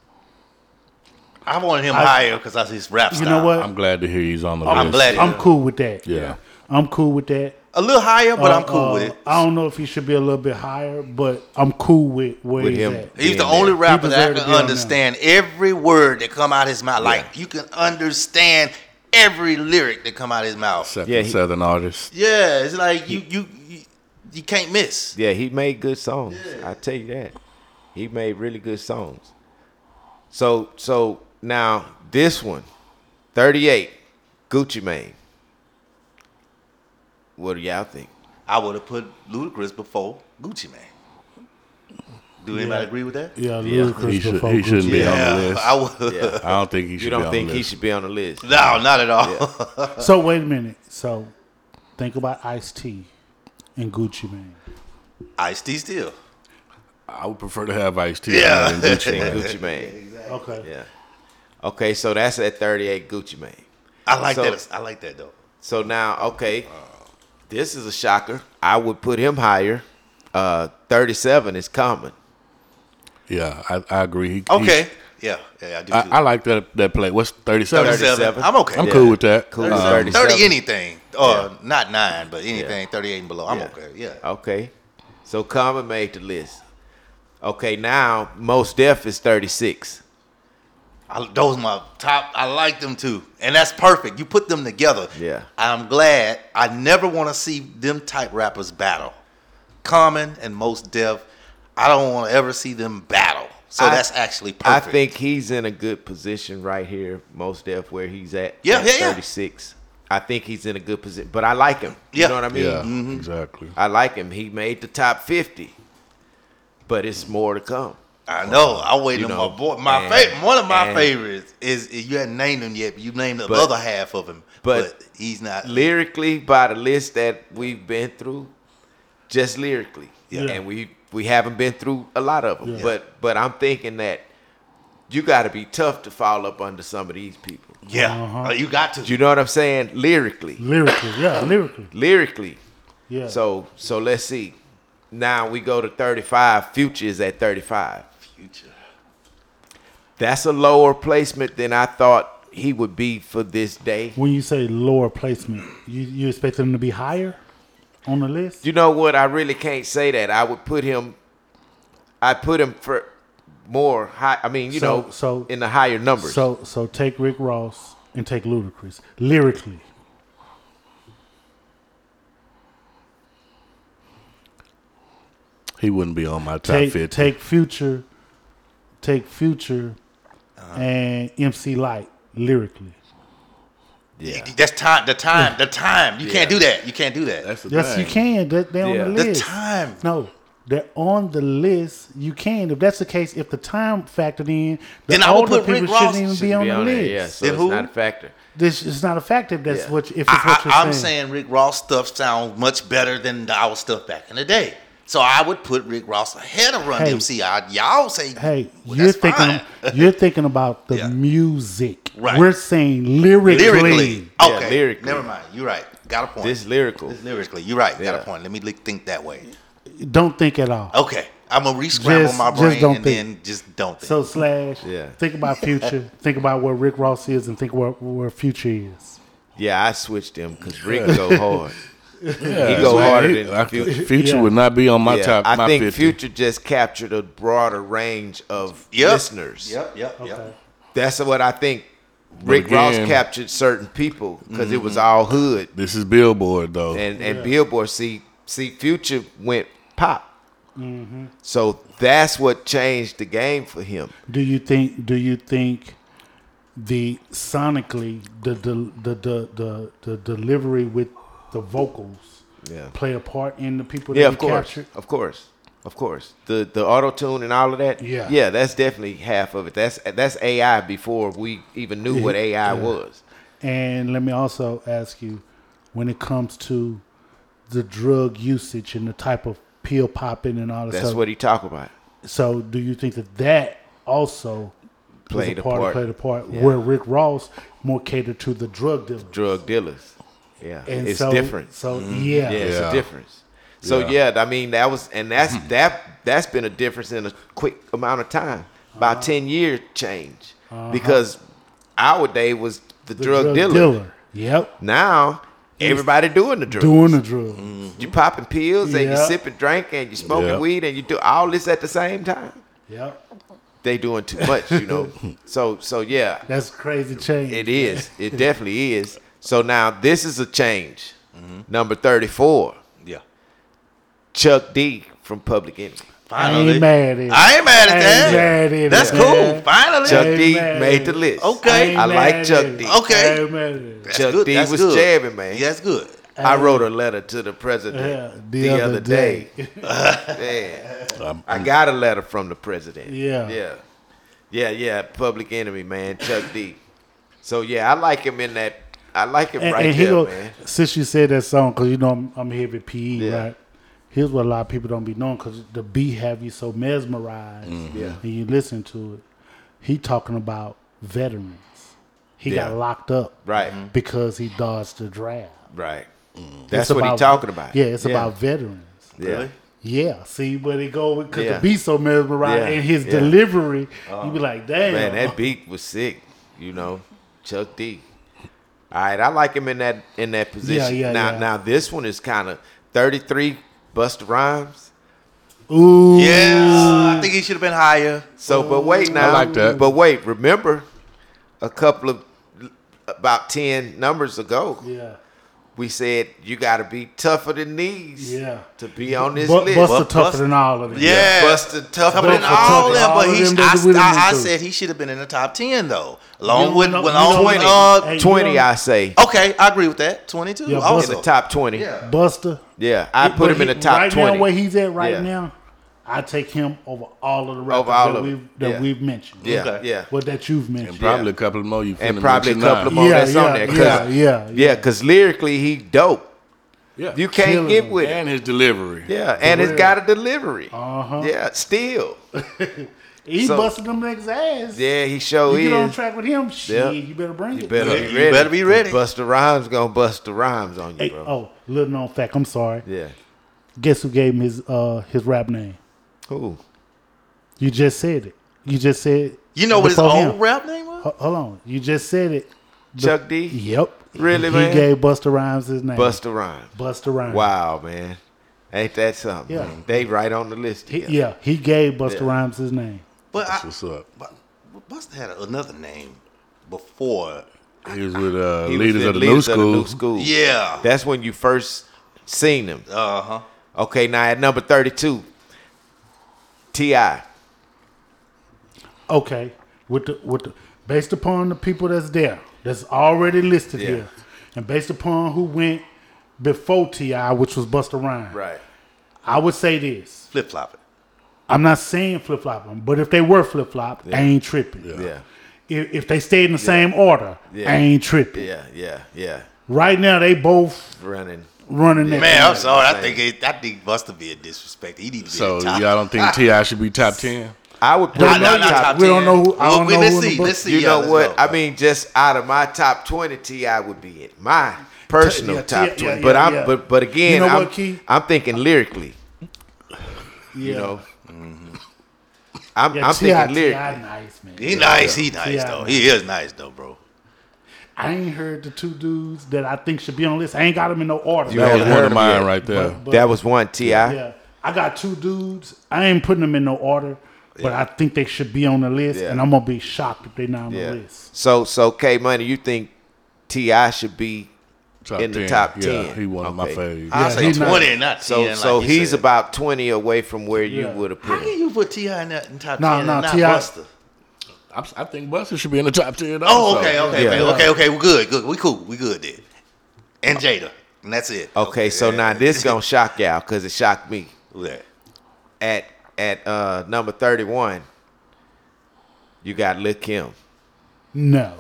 S3: I wanted him higher because I see his rap
S5: You
S3: style.
S5: know what?
S4: I'm glad to hear he's on the list.
S3: I'm glad.
S5: I'm cool with that.
S4: Yeah.
S5: I'm cool with that.
S3: A little higher, but I'm cool
S5: Uh,
S3: with it.
S5: I don't know if he should be a little bit higher, but I'm cool with where
S2: With
S5: he's
S2: him.
S5: at.
S3: He's the
S2: Yeah, man.
S3: only rapper
S5: He
S3: that I
S5: deserved to
S3: can
S5: be on
S3: understand every word that come out his mouth. Like you can understand every lyric that come out his mouth.
S4: Except
S2: Yeah,
S4: for
S2: he-
S4: Southern artist.
S3: Yeah, it's like you you you, you can't miss.
S2: Yeah, he made good songs. I tell you that. He made really good songs. So so now this one, 38, Gucci Mane. What do y'all think?
S3: I would have put Ludacris before Gucci Man. Do anybody agree with that?
S5: Yeah,
S2: Yeah.
S5: Lil Chris
S4: He, should,
S5: Focus.
S4: he shouldn't be
S3: Yeah,
S4: on the list.
S3: I would.
S2: Yeah.
S4: I don't think he should.
S2: You
S4: be
S2: don't
S4: on
S2: think
S4: the
S2: he
S4: list.
S2: should be on the list?
S3: No, not at all.
S5: So wait a minute. So think about Ice T and Gucci Mane.
S3: Ice T still.
S4: I would prefer to have Ice T
S3: Yeah.
S4: than Gucci.
S2: Than
S4: Man.
S2: Gucci Mane.
S5: Okay.
S2: Yeah. Okay, so that's at 38 Gucci Mane.
S3: I like
S2: So-
S3: that. I like that though.
S2: So now, okay, this is a shocker. I would put him higher. Uh, 37 is common.
S4: Yeah, I, I agree. He-
S3: Okay.
S4: he-
S3: yeah, yeah, I do. too.
S4: I, I like that that play. What's thirty seven?
S3: 37. I'm okay.
S4: I'm cool with that.
S2: Cool.
S4: Um,
S2: 37.
S3: 30 anything. Uh, Not nine, but anything 38 and below. I'm
S2: Yeah. Oh.
S3: okay. Yeah.
S2: Okay. So Common made the list. Okay, now Most Def is 36.
S3: I, those my top. I like them too, and that's perfect. You put them together.
S2: Yeah.
S3: I'm glad. I never want to see them type rappers battle. Common and Most Def. I don't want to ever see them battle. So
S2: I-
S3: that's actually perfect.
S2: I think he's in a good position right here, Most Def, where he's at.
S3: Yeah,
S2: at
S3: yeah, yeah.
S2: 36. I think he's in a good position, but I like him. You
S3: Yeah.
S2: know what I mean?
S4: Yeah, exactly.
S2: I like him. He made the top 50, but it's more to come.
S3: I know. I waited
S2: You
S3: on
S2: know,
S3: my boy. My
S2: and-
S3: favorite. One of my
S2: and-
S3: favorites is you hadn't named him yet, but you named the
S2: But-
S3: other half of him.
S2: but
S3: But, he's not.
S2: Lyrically, by the list that we've been through, just lyrically.
S5: Yeah. Yeah.
S2: And we we haven't been through a lot of them.
S5: Yeah.
S2: But but I'm thinking that you got to be tough to fall up under some of these people.
S3: yeah,
S5: Uh-huh.
S3: Uh, you got to.
S2: Do you know what I'm saying? Lyrically.
S5: Lyrically, yeah, lyrically.
S2: Lyrically.
S5: Yeah.
S2: So so let's see. Now we go to 35. Future is at 35.
S3: Future.
S2: That's a lower placement than I thought he would be for this day.
S5: when you say lower placement, you, you expect them to be higher on the list?
S2: You know what? I really can't say that. I would put him. I put him for more high. I mean, you
S5: So-
S2: know,
S5: so-
S2: in the higher numbers.
S5: So so take Rick Ross and take Ludacris lyrically.
S4: He wouldn't be on my top
S5: Take
S4: fifty.
S5: take Future, take Future,
S3: Uh-huh.
S5: and MC Light lyrically.
S2: yeah,
S3: That's time. The time. The time. You can't do that. You can't do that.
S4: That's the
S5: Yes,
S4: thing.
S5: you can. That they're
S2: Yeah.
S5: on the
S3: The
S5: list.
S3: time.
S5: No, they're on the list. You can. If that's the case, if the time factored in, the
S3: Then I would
S5: older
S3: put Rick
S5: people
S3: Ross-
S5: shouldn't even
S3: shouldn't
S5: be on
S2: Be
S5: the
S2: on there,
S5: list.
S2: yeah. So
S3: Then
S2: it's
S3: who?
S2: not a factor.
S5: This is not effective. That's
S2: Yeah.
S5: what you- if it's
S3: I,
S5: what you're
S3: I, I'm
S5: saying.
S3: saying Rick Ross stuff sounds much better than the, our stuff back in the day. So I would put Rick Ross ahead of Run
S5: Hey.
S3: DMC. I, y'all say,
S5: Hey,
S3: well,
S5: you're
S3: that's
S5: thinking
S3: fine.
S5: you're thinking about the
S3: Yeah.
S5: music.
S3: Right.
S5: We're saying lyrically.
S3: lyrically.
S2: Yeah,
S3: okay,
S2: lyrically.
S3: never mind. You're right. Got a point.
S2: This lyrical.
S3: lyrically, you're right. Got
S2: Yeah.
S3: a point. Let me li- think that way.
S5: Don't think at all.
S3: Okay, I'm gonna re-scramble
S5: Just-
S3: my
S5: just
S3: brain
S5: don't
S3: and
S5: think.
S3: then just don't think.
S5: So slash.
S2: Yeah.
S5: Think about future. think about where Rick Ross is, and think where where future is.
S2: Yeah, I switched him because Rick go hard.
S4: Yeah,
S2: he go
S4: man,
S2: harder
S4: he-
S2: than
S4: I-
S2: Future.
S4: Future
S5: Yeah.
S4: would not be on my
S2: Yeah,
S4: top.
S2: I
S4: my
S2: think
S4: 50.
S2: Future just captured a broader range of
S3: Yep.
S2: listeners.
S3: Yep, yep, yep.
S5: Okay.
S2: That's what I think. Rick Ross
S4: again- Mm-hmm.
S2: captured certain people because it was all hood.
S4: This is Billboard though.
S2: and and Billboard see see Future went pop.
S5: Mm-hmm.
S2: So that's what changed the game for him.
S5: Do you think? Do you think the sonically the the the the the, the delivery with the vocals
S2: Yeah.
S5: play a part in the people that
S2: Yeah,
S5: you
S2: of course,
S5: captured?
S2: of course, of course. The the auto tune and all of that.
S5: Yeah.
S2: yeah, that's definitely half of it. That's that's AI before we even knew what AI was.
S5: And let me also ask you, when it comes to the drug usage and the type of pill popping and all that
S2: That's
S5: stuff,
S2: what he talk about.
S5: so do you think that that also was
S2: Played a
S5: part,
S2: part.
S5: Played a part
S2: Yeah.
S5: where Rick Ross more catered to the drug dealer,
S2: Drug dealers. Yeah,
S5: and
S2: it's
S5: so,
S2: different. Mm-hmm.
S5: So
S2: yeah,
S5: yeah,
S2: it's a
S4: Yeah.
S2: difference. So yeah.
S4: Yeah.
S2: I mean that was, and that's that that's been a difference in a quick amount of time, about ten year change, because our day was the,
S5: the
S2: drug, dealer.
S5: Yep,
S2: Now everybody doing the drug.
S5: doing the drug.
S2: you popping pills and you
S5: Yeah.
S2: sipping drink and you smoking
S4: Yeah.
S2: weed and you do all this at the same time.
S5: Yep,
S2: They doing too much, you know. so so yeah,
S5: that's crazy change.
S2: it is. It definitely is. So now this is a change. Number thirty four.
S3: Yeah,
S2: Chuck D from Public Enemy.
S5: I ain't mad at it.
S3: I ain't mad at
S5: I
S3: that.
S5: ain't mad at
S3: That's
S5: it,
S3: cool.
S5: man.
S3: Finally,
S2: Chuck D
S5: Amen.
S2: made the list.
S3: Okay.
S5: ain't
S2: I like
S5: mad
S2: Chuck
S5: at it.
S2: D.
S3: Okay.
S5: I ain't mad at it.
S3: That's
S2: Chuck
S3: good.
S2: D
S3: That's
S2: was
S3: good.
S2: jabbing, man.
S3: Yeah, that's good.
S2: I wrote a letter to the president
S5: Yeah,
S2: the, other, day. Man, I got a letter from the president.
S5: Yeah.
S2: Yeah. Yeah, yeah. Public enemy, man. Chuck D. So yeah, I like him in that. I like him
S5: And,
S2: right
S5: and he
S2: there,
S5: go,
S2: man.
S5: since you said that song, because you know I'm, I'm heavy PE,
S2: Yeah.
S5: E, right? Here's what a lot of people don't be knowing, because the beat have you so mesmerized,
S2: Yeah.
S5: and you listen to it. He talking about veterans. He
S2: Yeah.
S5: got locked up,
S2: Right. Mhm.
S5: Because he dodged the draft.
S2: Right. That's
S5: It's
S2: what
S5: about-
S2: he's talking about.
S5: Yeah, it's about veterans.
S2: yeah.
S3: Really?
S5: Yeah, see, but it go because
S2: Yeah.
S5: the beat so mesmerizing
S2: Yeah,
S5: and his
S2: yeah. Uh-huh.
S5: delivery, you be like, damn,
S2: Man, that beat was sick. You know, Chuck D. All right, I like him in that in that position.
S5: yeah,
S2: now,
S5: yeah.
S2: now this one is kind of thirty three. Busta Rhymes.
S5: ooh,
S3: Yes. I think he should have been higher.
S2: So, but wait now.
S4: like that.
S2: But wait, remember, a couple of about ten numbers ago,
S5: yeah,
S2: we said you got to be tougher than these
S5: yeah.
S2: to be on this
S5: Bu-
S2: list.
S5: Buster
S3: Bu-
S5: tougher
S3: Busta-
S5: than all of them.
S3: Yeah.
S2: Busta tougher
S3: But
S2: than
S3: in all
S5: Kentucky.
S3: that, but
S5: All
S3: he,
S5: of them
S3: I,
S5: that we done
S3: I, I
S5: been to.
S3: said he should have been in the top ten though.
S5: You
S3: Along with,
S5: know-
S3: with
S5: you know
S3: along with uh,
S5: Hey, you
S2: Twenty,
S5: know-
S2: I say,
S3: okay, I agree with that. Twenty two.
S5: Yeah,
S2: in
S3: also,
S2: the top twenty. Yeah,
S3: Oh, Yeah.
S5: Buster.
S2: I put
S5: But
S2: him in
S5: he-
S2: the top
S5: right
S2: twenty.
S5: now, where he's at right
S2: Yeah.
S5: now, I take him over all of the rappers
S2: Over all
S5: that,
S2: of
S5: we've,
S2: them.
S5: that
S2: Yeah.
S5: we've mentioned.
S2: yeah,
S3: Okay.
S2: yeah.
S5: Well, that you've mentioned.
S4: Probably a couple more you
S2: and
S4: finna
S2: probably a
S4: mention
S2: couple of
S4: now.
S2: more
S5: Yeah,
S2: that's on
S5: yeah,
S2: there. 'cause-
S5: yeah, yeah,
S2: yeah. Because lyrically, he dope.
S4: Yeah.
S2: You can't
S5: Killing
S2: get
S5: him.
S2: with it.
S4: and his delivery.
S2: Yeah, and it's got a delivery.
S5: Uh-huh.
S2: Yeah, still.
S5: He
S2: So-
S5: busted them niggas' ass.
S2: Yeah, he show
S5: you get on
S2: is.
S5: track with him, shit,
S2: Yeah.
S5: you better bring
S2: You
S5: it.
S2: better,
S3: You
S2: be ready.
S3: better be ready.
S2: Buster Rhymes gonna bust the rhymes on you,
S5: Hey,
S2: bro.
S5: oh, little known fact. I'm sorry.
S2: Yeah.
S5: Guess who gave him his uh his rap name?
S2: Who?
S5: You just said it. You just said
S3: you know what his
S5: before
S3: old
S5: him.
S3: rap name was?
S5: Ho- Hold on. You just said it.
S2: Chuck D.
S5: Yep.
S2: Really,
S5: he
S2: man?
S5: gave Buster Rhymes his name.
S2: Buster Rhymes.
S5: Buster Rhymes.
S2: Wow, man. Ain't that something?
S5: Yeah.
S2: man? They right on the list.
S5: He-
S2: together.
S5: yeah, he gave Buster
S2: Yeah.
S5: Rhymes his name.
S3: But I,
S4: What's up?
S3: but Busta had another name before.
S4: He was with uh,
S2: He was
S4: leaders,
S2: in
S4: of the, new school.
S2: school.
S3: Yeah.
S2: That's when you first seen him.
S3: Uh huh.
S2: Okay, now at number 32, T.I.
S5: Okay, with the with the based upon the people that's there, that's already listed
S2: Yeah.
S5: here, and based upon who went before Ti, which was Buster Rhymes.
S2: Right.
S5: I would say this.
S3: Flip flopping.
S5: I'm not saying flip flopping, but if they were flip flopped, I ain't tripping.
S2: Yeah.
S5: If, if they stayed in the same order,
S2: Yeah.
S5: I ain't tripping.
S2: Yeah, yeah, yeah.
S5: Right now, they both
S2: Running.
S5: running that.
S3: Man, I'm sorry. I think it, I think Busta be a disrespect. He need to be
S4: So
S3: in the top.
S4: y'all don't think Ti should be top ten?
S2: I would put
S5: Nah,
S2: him
S5: nah,
S2: in
S5: nah,
S2: top
S5: we don't know who- I don't
S3: Well,
S5: know
S3: let's
S5: who in the
S3: see.
S5: book-
S3: Let's see.
S2: You
S3: Yeah,
S2: know
S3: let's
S2: what?
S3: go.
S2: I mean, just out of my top twenty, Ti would be it. My personal
S5: yeah,
S2: top
S5: yeah,
S2: twenty.
S5: yeah,
S2: but
S5: yeah,
S2: I'm,
S5: yeah.
S2: but but again,
S5: You know
S2: I'm,
S5: what, Key?
S2: I'm thinking lyrically.
S5: yeah.
S2: You know, I'm,
S5: yeah,
S2: I'm
S5: T.I.
S2: thinking
S5: T.I.
S2: lyrically.
S5: nice man.
S3: He nice. He nice
S5: Yeah.
S3: though. He is nice though, bro.
S5: I ain't heard the two dudes that I think should be on the list. I ain't got them in no order.
S4: That
S2: haven't
S4: was one
S2: heard
S4: of
S2: him
S4: mine
S2: yet.
S4: right there.
S5: But-
S2: that was one Ti.
S5: Yeah, I got two dudes. I ain't putting them in no order, but I think they should be on the list,
S2: Yeah.
S5: and I'm gonna be shocked if they're not on
S2: Yeah.
S5: the list.
S2: So so K Money, you think Ti should be
S4: Top
S2: in the top
S4: Yeah,
S2: 10.
S4: he one of my
S2: Okay.
S4: faves.
S3: I
S5: Yeah,
S3: say
S5: he
S3: twenty,
S5: nice.
S3: and not
S2: so
S3: ten.
S2: so
S3: like he
S2: he's
S3: said.
S2: about twenty away from where
S5: Yeah.
S2: you would have
S3: How
S2: put him.
S3: can you put Ti in that in top
S5: Nah,
S3: ten?
S5: nah,
S3: and not
S5: T.I.
S3: Busta?
S4: I, I think Buster should be in the top ten.
S3: Oh,
S4: also.
S3: okay, okay,
S2: Yeah.
S3: okay, okay, okay. We're good, good. We cool. We good then. And Jada, and that's it.
S2: Okay, so now this gonna shock y'all because it shocked me.
S3: Yeah.
S2: At at uh number thirty one, you got Lil Kim.
S5: No,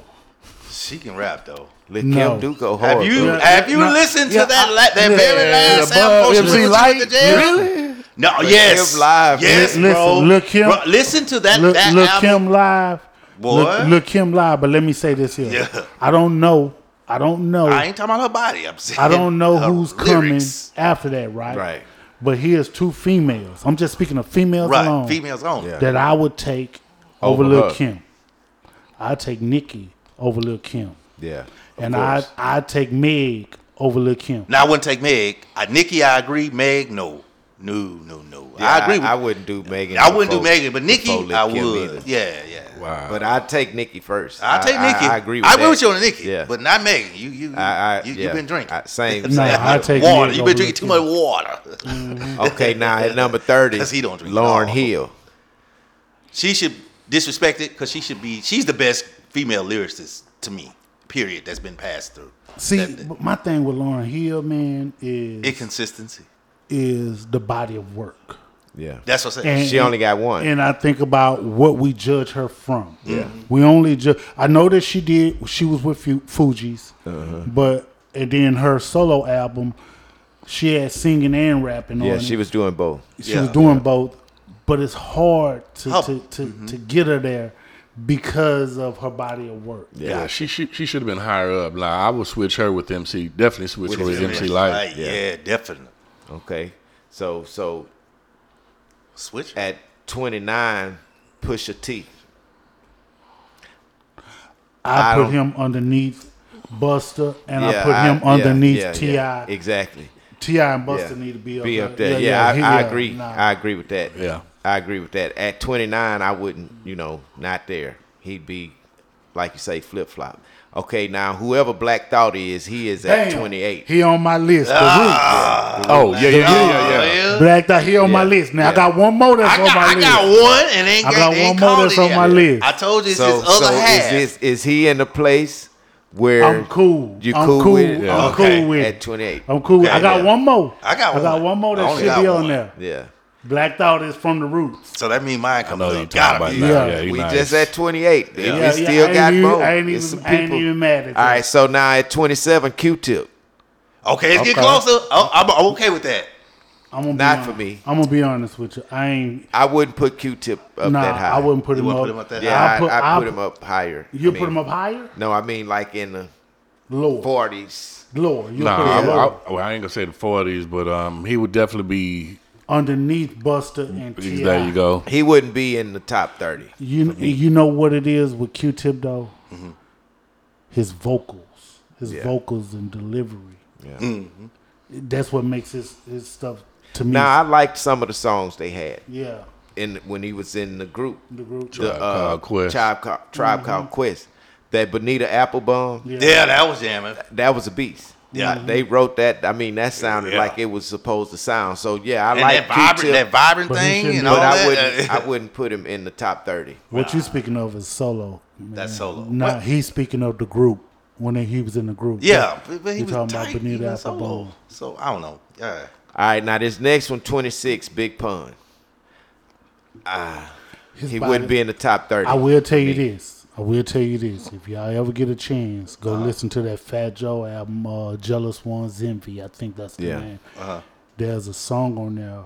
S3: She can rap though.
S2: Lil
S5: No.
S2: Kim do go hard.
S3: Have you
S5: Yeah,
S3: have you
S5: yeah,
S3: listened
S5: yeah,
S3: to that
S5: I-
S3: la- that
S5: yeah,
S3: very
S4: yeah,
S3: last
S4: above
S3: sample?
S4: MC
S3: Light? The jail?
S4: Really?
S3: No, yes,
S2: Kim Live,
S3: yes,
S5: man.
S3: bro.
S5: Listen, Lil' Kim-
S3: Bro, listen to that
S5: look,
S3: that
S5: look
S3: album.
S5: him live.
S3: Boy.
S5: Look, look him live. But let me say this here.
S3: Yeah.
S5: I don't know. I don't know.
S3: I
S5: I,
S3: ain't talking about her body. I'm saying
S5: don't know
S3: her
S5: who's
S3: lyrics.
S5: coming after that. Right.
S2: Right.
S5: But here's two females. I'm just speaking of females
S3: Right,
S5: alone.
S3: females only.
S2: Yeah.
S5: that I would take over,
S2: Over
S5: Lil
S2: her.
S5: Kim. I take Nicki over Lil Kim,
S2: Yeah. of
S5: and I
S2: course.
S5: I take Meg over Lil Kim.
S3: Now I wouldn't take Meg. I, Nikki, I agree. Meg, no, no, no, no.
S2: Yeah,
S3: I agree. With,
S2: I,
S3: I,
S2: wouldn't do Megan.
S3: wouldn't do
S2: before-
S3: Megan, but Nikki,
S2: before Lil'
S3: I
S2: Kim
S3: would.
S2: either.
S3: Yeah, yeah.
S4: Wow.
S2: But I'd take Nikki first.
S3: I take Nikki.
S2: I, agree. With
S3: I agree
S2: that.
S3: with you on the Nikki.
S2: Yeah.
S3: but not Megan. You, you,
S2: I, I,
S3: you,
S2: yeah.
S3: have been drinking.
S2: I- same.
S5: No,
S2: same.
S5: I take
S3: water.
S5: Meg
S3: You've
S5: over
S3: been drinking too
S5: Lil
S3: much
S5: Kim.
S3: water.
S2: Okay, now at number thirty,
S3: 'Cause he don't drink
S2: Lauren
S3: at all.
S2: Hill.
S3: She should disrespect it because she should be. She's the best female lyricist to me. period that's been passed through.
S5: See,
S3: That-
S5: but my thing with Lauren Hill, man, is
S3: inconsistency.
S5: is the body of work.
S2: Yeah.
S3: That's what I'm saying.
S5: And,
S2: She only got one.
S5: And I think about what we judge her from. Yeah. We only judge. I know that she did. She was with Fu- Fugees, but and then her solo album, she had singing and rapping.
S2: yeah,
S5: on
S2: she
S5: it.
S2: was doing both.
S5: She
S3: Yeah.
S5: was doing both, but it's hard to
S2: Oh.
S3: Help.
S5: to, to, to get her there because of her body of work.
S4: Yeah, she she, she should have been higher up. Like I would switch her with MC. Definitely switch her with MC Light.
S3: Like, yeah. definitely.
S2: Okay. So so
S3: Switch.
S2: at 29, Pusha T.
S5: I,
S2: I
S5: put
S2: don't-
S5: him underneath Buster, and I
S2: Yeah,
S5: put him
S2: yeah,
S5: underneath
S2: yeah,
S5: Ti.
S2: yeah, exactly.
S5: Ti and Buster
S2: Yeah.
S5: need to be up,
S2: Be
S5: there.
S2: up there. Yeah,
S5: he-
S2: I, I agree.
S5: nah.
S2: I agree with that.
S4: Yeah.
S2: I agree with that. At 29, I wouldn't, you know, not there. He'd be, like you say, flip flop. Okay, now whoever Black Thought is, he is at
S5: Damn,
S2: 28.
S5: He on my list. The
S3: Ah.
S5: Roots.
S4: Oh yeah, yeah, yeah, yeah. yeah.
S5: Black Dot. He on my
S2: Yeah,
S5: list. Now I
S2: yeah.
S5: got one more that's
S3: I got,
S5: on my
S3: I
S5: list.
S3: got one and ain't
S5: I
S3: got,
S5: got
S3: they
S5: one
S3: ain't
S5: more
S3: called
S5: that's
S3: it
S5: on my
S3: yet.
S5: list.
S3: I told you it's
S2: so,
S3: this other
S2: so
S3: half.
S2: is this is he in the place where
S5: I'm cool.
S2: You
S5: I'm
S2: cool, with it?
S5: I'm
S3: Okay.
S5: cool with
S2: At
S5: it.
S2: 28.
S5: I'm cool. with it. I
S3: Okay,
S5: got
S3: yeah.
S5: one more.
S3: I got
S5: I got
S3: one.
S5: one more
S3: I
S5: that
S3: only
S5: should
S3: got
S5: be on
S3: one.
S5: there.
S2: Yeah.
S5: Black Thought is from the Roots.
S3: so that means mine
S4: I
S3: comes
S4: know
S3: up.
S4: you
S3: Gotta
S4: talking
S3: be.
S5: Yeah.
S4: about. Yeah,
S2: We
S4: you nice.
S2: just at 28. Yeah. We
S5: Yeah, yeah,
S2: still
S5: I ain't
S2: got
S5: even-
S2: both.
S5: I ain't
S2: It's
S5: even-
S2: some
S5: I ain't
S2: people.
S5: even mad at
S2: All
S5: that.
S2: right, so now at 27, Q-Tip.
S3: Okay, let's
S4: Okay.
S3: get closer. Oh, I'm I'm okay with that.
S5: I'm gonna
S2: Not
S5: be hon-
S2: for me.
S5: I'm gonna be honest with you. I ain't.
S2: I wouldn't put Q-Tip up
S5: nah,
S2: that high.
S5: I wouldn't put
S3: You
S5: him
S3: wouldn't
S5: up.
S3: put him up that
S2: Yeah,
S5: I
S2: I,
S5: put,
S2: I,
S5: I
S2: put him up higher.
S5: You
S2: I
S5: put
S2: mean-
S5: him up higher,
S2: No, I mean like in the
S5: lower,
S2: 40s.
S5: lower. You
S4: Nah,
S5: put
S4: I,
S5: him
S4: I,
S5: lower.
S4: well, I ain't gonna say the forties, but um, he would definitely be.
S5: underneath Buster and Ti.
S4: Mm-hmm. There you go.
S2: He wouldn't be in the top 30.
S5: You you know what it is with Q-Tip though?
S4: Mm-hmm.
S5: His vocals, his
S2: Yeah.
S5: vocals and delivery. Yeah. That's what makes his his stuff to me.
S2: Now, I liked some of the songs they had
S5: yeah,
S2: in when he was in the group.
S5: the group.
S2: The
S4: Tribe
S2: uh,
S4: Called Quest.
S2: Tribe, Ca-
S5: Mm-hmm.
S2: Tribe Called Quest. That Bonita Applebum.
S5: Yeah.
S3: Yeah, that was jamming.
S2: that was a beast.
S3: Yeah. Mm-hmm.
S2: Uh, they wrote that. I mean, that sounded
S3: Yeah.
S2: like it was supposed to sound. So yeah, I
S3: And
S2: like
S3: that vibrant,
S2: Q-Tip,
S3: that vibrant
S5: But he
S3: thing
S5: shouldn't
S3: and
S5: do
S3: all
S2: but
S5: it.
S2: I
S3: that. uh,
S2: wouldn't. I wouldn't put him in the top thirty.
S5: what you speaking of is solo.
S3: That's solo.
S5: Nah,
S3: What?
S5: he's speaking of the group when he was in the group.
S3: yeah, but, but he
S5: You
S3: was
S5: talking about
S3: tight.
S5: Benito
S3: he went
S5: Applebone.
S3: solo. So I don't know. Yeah.
S2: All right, now this next one, twenty six, Big Pun. Ah,
S5: His
S2: He
S5: body-
S2: wouldn't be in the top thirty.
S5: I will tell you this. I will tell you this. If y'all ever get a chance, go
S2: Uh-huh.
S5: listen to that Fat Joe album, uh, Jealous One's Envy. I think that's the
S2: Yeah. Uh-huh.
S5: name. There's a song on there.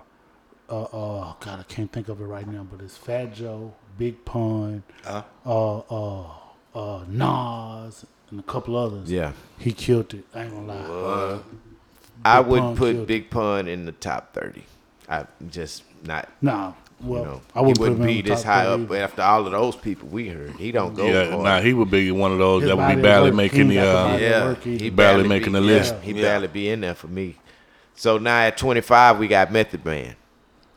S5: Uh, uh, God, I can't think of it right now, but it's Fat Joe, Big Pun,
S2: Uh-huh.
S5: uh uh, uh, Nas, and a couple others.
S2: Yeah.
S5: He killed it. I ain't gonna lie.
S2: I
S5: Big Pun
S2: wouldn't put
S5: killed
S2: Big Pun in the top thirty. I'm just not.
S5: Nah. Well,
S2: You know,
S5: I
S2: he
S5: wouldn't, put
S2: wouldn't
S5: him
S2: be
S5: in the
S2: this
S5: top
S2: high
S5: three
S2: up
S5: either.
S2: after all of those people we heard. He don't go.
S4: Yeah,
S2: far.
S4: nah, he would be one of those
S5: His
S4: that would
S5: body
S4: be
S5: of
S4: barely
S5: work,
S4: making
S5: he
S4: the.
S5: ain't got the
S4: Uh,
S5: body.
S2: Yeah,
S5: work either.
S2: he
S4: Barely
S2: barely
S4: making
S2: be-
S4: the
S2: yeah,
S4: list.
S2: he
S3: Yeah.
S2: barely be in there for me. So now at 25, we got Method Man.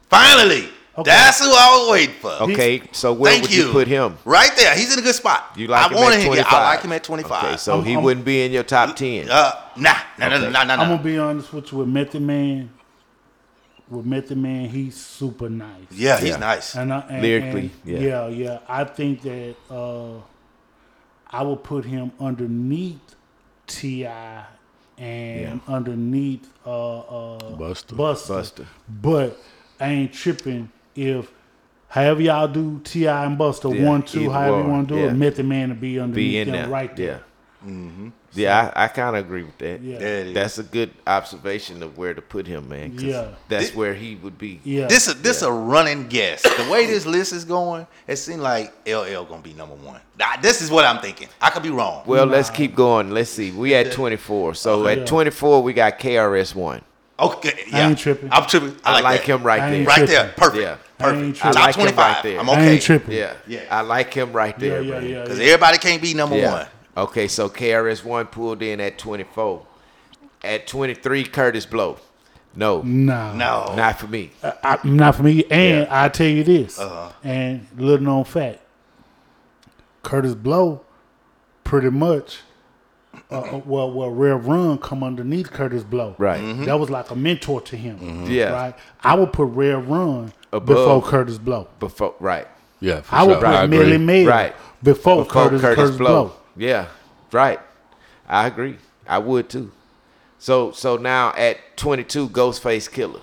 S3: Finally,
S5: Okay.
S3: that's who I was waiting for.
S2: Okay, so where
S3: Thank
S2: would you. put him?
S3: Right there. He's in a good spot.
S2: You like
S3: I
S2: him
S3: wanted
S2: at
S3: him.
S2: 25.
S3: Yeah, I like him at 25.
S2: Okay, so
S5: I'm-
S2: he
S5: I'm-
S2: wouldn't be in your top 10.
S3: uh, nah, nah, nah, nah, nah,
S5: I'm
S3: nah.
S5: gonna be honest with you with Method Man. With Method Man, he's super nice.
S3: yeah, he's
S2: Yeah.
S3: nice.
S5: And, I, and
S2: Lyrically,
S5: and-
S2: yeah.
S5: yeah, yeah. I think that uh, I would put him underneath Ti and underneath uh, uh,
S4: Buster.
S5: Buster.
S2: Buster.
S5: But I ain't tripping if. However y'all do Ti and Buster
S2: Yeah,
S5: one two
S2: either
S5: however you
S2: one,
S5: want to do
S2: yeah.
S5: it Method Man to be underneath
S2: be in
S5: them
S2: there.
S5: right there Mm-hmm.
S2: Yeah, yeah I, I kind of agree with that.
S5: Yeah.
S3: There it is.
S2: That's a good observation of where to put him, man. 'cause
S5: Yeah.
S2: That's where he would be.
S5: yeah
S3: This is this a running guess. The way this list is going, it seems like LL gonna be number one. Nah, This is what I'm thinking. I could be wrong.
S2: Well, let's keep going. Let's see. We at 24. So
S5: Yeah.
S2: at 24, we got KRS1.
S3: okay, yeah.
S5: ain't tripping.
S3: I'm tripping. I like, that.
S2: him right
S5: I
S2: there.
S5: ain't
S3: Right there,
S5: tripping.
S3: perfect.
S2: Yeah.
S5: I ain't
S3: Perfect.
S5: tripping.
S2: I
S3: Top
S2: like him right
S3: 25.
S2: there.
S3: I'm
S5: I
S3: okay.
S5: ain't tripping
S2: Yeah.
S3: Yeah.
S2: I like him right
S5: yeah
S2: there,
S5: yeah
S2: man.
S5: yeah,
S3: Because
S5: yeah.
S3: everybody can't be number
S2: Yeah.
S3: one.
S2: Okay, so KRS1 pulled in at 24. At 23, Curtis Blow. No,
S5: nah
S3: No.
S2: not for me.
S5: I, not for me. And I tell you this, and little known fact, Curtis Blow, pretty much, uh, uh, well, well, Rev Run come underneath Curtis Blow,
S2: Right. Mhm.
S5: That was like a mentor to him,
S2: Yeah.
S5: Right. I would put Rev Run
S2: Above.
S5: before Curtis Blow.
S2: Before, right.
S4: yeah, for
S5: I would
S4: sure. I
S5: put
S4: agree.
S5: Millie Mel
S2: Right.
S5: before,
S2: Before
S5: Curtis, Curtis Blow.
S2: Yeah, right. I agree. I would too. So so now at 22, Ghostface Killer.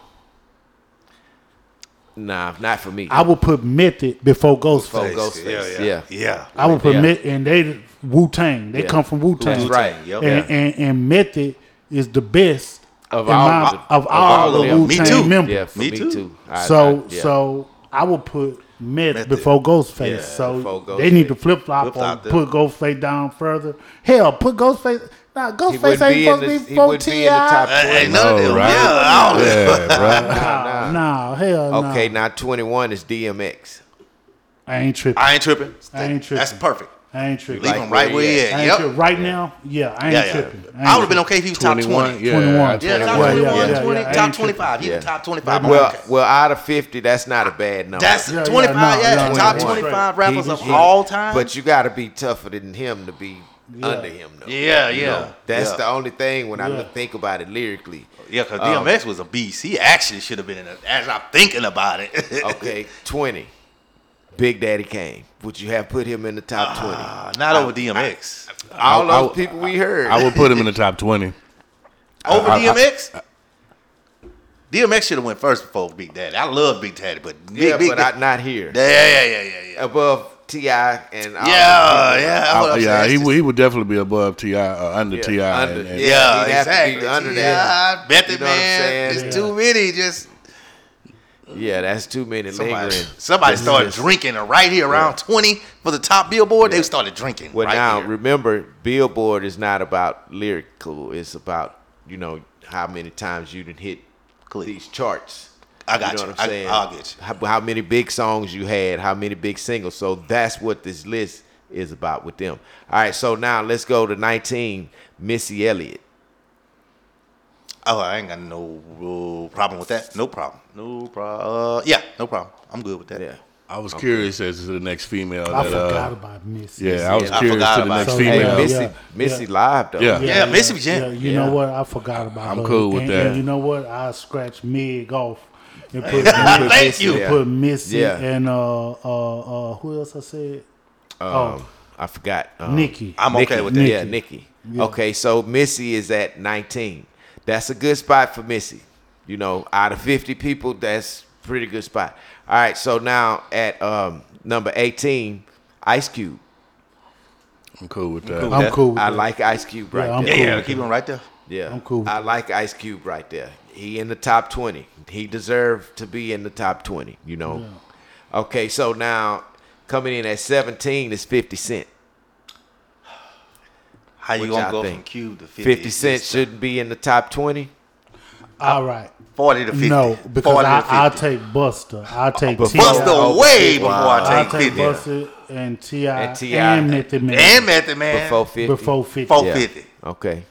S2: Nah, not for me.
S5: I would put Method before Ghostface.
S2: Ghostface,
S3: yeah.
S2: yeah.
S3: Yeah.
S5: I would put
S2: Yeah.
S5: Method, and they Wu Tang. They
S2: Yeah.
S5: come from Wu Tang.
S2: That's right.
S3: Yup.
S5: And, and and Method is the best
S2: Of
S5: in
S2: all
S5: my-
S2: of them.
S5: of all
S3: all
S5: the
S3: of them.
S5: Wu
S3: Me
S5: Tang
S3: too.
S5: members.
S2: Yeah, for
S3: Me
S2: me,
S3: too.
S2: too. I-
S5: So
S2: I- yeah.
S5: so I would put Meth
S3: Method.
S5: before Ghostface. so
S2: before
S5: they need to
S2: Ghostface.
S5: flip flop or
S3: Flip-flop them.
S5: put Ghostface down further. Hell, put Ghostface. Nah, Ghostface
S2: wouldn't
S5: ain't
S2: be
S5: supposed
S2: in
S5: to
S2: the-
S5: be
S2: he
S5: for
S2: wouldn't
S5: Ti.
S2: be in the top
S3: Uh, ain't none of
S4: No,
S3: them.
S4: right?
S3: Yeah, I don't know.
S4: Yeah, bro.
S5: Nah, nah, hell, no.
S2: okay, now 21 is DMX.
S5: I ain't tripping.
S3: I ain't tripping.
S5: I ain't tripping.
S3: That's perfect.
S5: I ain't tripping.
S3: Leave
S2: Like
S3: him right where
S2: where he
S3: he
S2: at.
S3: at.
S5: I ain't
S3: Yep.
S5: tripping. Right now, yeah, I ain't
S3: Yeah, yeah.
S5: tripping.
S3: I would have been okay if he was top
S4: 21.
S3: 20.
S4: Yeah,
S5: 21.
S3: Yeah, top
S5: Yeah, yeah,
S3: 21,
S5: yeah, yeah.
S3: 20,
S5: I ain't
S3: top
S5: tripping.
S3: 25. Even
S2: Yeah.
S3: top 25. I'm
S2: well,
S3: okay.
S2: well, out of 50, that's not a bad number.
S3: That's
S5: Yeah, yeah,
S3: 25, yeah.
S5: no, no,
S3: top
S2: no.
S3: 25 rappers of
S2: He- he-
S3: all time.
S2: But you got to be tougher than him to be under him, though.
S3: yeah,
S2: You
S3: yeah.
S2: know, that's
S3: yeah.
S2: the um, only thing when I
S5: Yeah.
S2: look- think about it lyrically.
S3: Yeah, because DMX was a beast. He actually should have been in it. As I'm thinking about it.
S2: Okay, 20. Big Daddy Kane. Would you have put him in the top 20?
S3: Uh, not over DMX.
S2: All
S4: I- I-
S2: those people we heard.
S4: I would put him in the top twenty.
S3: over
S4: I- I-
S3: DMX? DMX should have went first before Big Daddy. I love Big Daddy, but Big,
S2: yeah,
S3: Big
S2: but
S3: Daddy.
S2: I, not here.
S3: yeah, yeah, yeah, yeah, yeah.
S2: Above T.I. and all
S3: Yeah, yeah. that's what I'm
S4: yeah,
S3: saying.
S4: he,
S3: It's
S4: would- he would definitely be above Ti, uh, under
S2: Yeah,
S4: Ti.
S2: under-
S4: and- and-
S2: yeah.
S3: Yeah,
S2: he'd have to be
S3: exactly.
S2: under
S3: yeah,
S2: that.
S3: I bet
S2: You
S3: it,
S2: know what I'm
S3: man.
S2: saying?
S3: It's
S2: Yeah.
S3: too many. Just
S2: Yeah, that's too many
S3: somebody,
S2: lingering.
S3: somebody
S2: This is
S3: started
S2: just-
S3: drinking, and right here around twenty for the top billboard, they started drinking.
S2: Well,
S3: right
S2: now
S3: here.
S2: remember, Billboard is not about lyrical. It's about you know how many times you did hit
S3: Click.
S2: these charts.
S3: I got you. I- I'll get you.
S2: How, how many big songs you had? How many big singles? So that's what this list is about with them. All right, so now let's go to 19, Missy Elliott.
S3: oh, I ain't got no uh, problem with that. No problem. No problem. Uh, yeah, no problem. I'm good with that.
S2: Yeah.
S4: I was curious as to the next female.
S5: I
S4: that,
S5: forgot
S4: uh,
S5: about Miss.
S4: yeah, I was
S3: I
S4: curious
S3: forgot
S4: to the
S3: about
S4: next
S5: it.
S2: Hey,
S5: Yeah,
S4: female.
S2: Missy,
S5: yeah,
S2: Missy
S5: yeah.
S2: live though.
S4: Yeah.
S3: Yeah, Missy was
S5: yeah,
S3: jam-
S5: You know what? I forgot about.
S4: I'm
S5: her.
S4: cool with
S5: and,
S4: that.
S5: And you know what? I scratch Mig off and put
S3: Thank
S5: Missy,
S3: you.
S5: and put Missy
S2: Yeah.
S5: and uh, uh uh who else I said?
S2: Um, I forgot. Um,
S5: Nikki.
S3: I'm
S2: Nikki.
S3: okay with that.
S2: Yeah, Nikki. Okay, so Missy is at 19. That's a good spot for Missy. You know, out of 50 people, that's pretty good spot. All right, so now at um, number 18, Ice Cube.
S4: I'm cool with that.
S5: I'm cool. With
S2: I
S5: that.
S2: like Ice Cube right
S5: Yeah, I'm
S2: there.
S3: Yeah,
S5: cool
S3: yeah,
S5: with
S3: keep
S5: that.
S3: him right there.
S2: Yeah,
S5: I'm cool with
S2: I like Ice Cube right there. He in the top twenty. He deserved to be in the top twenty. You know. Okay, so now coming in at seventeen is Fifty Cent.
S3: How you
S2: What
S3: gonna
S2: y'all
S3: go
S2: think?
S3: from cube to fifty?
S2: Fifty Cent shouldn't be in the top twenty.
S5: All right.
S3: forty to fifty.
S5: No, because
S3: 40 to
S5: I, I'll
S3: 50.
S5: take Buster. I'll take T.I.
S3: Busta
S2: Yeah.
S3: way before I
S5: I'll
S3: take
S5: take
S3: fifty.
S5: Buster and Ti
S2: And
S5: and,
S2: T.I.
S5: Method Man
S3: And Method Man
S2: Before fifty.
S5: before fifty.
S3: Four
S2: Yeah.
S3: fifty.
S2: Okay.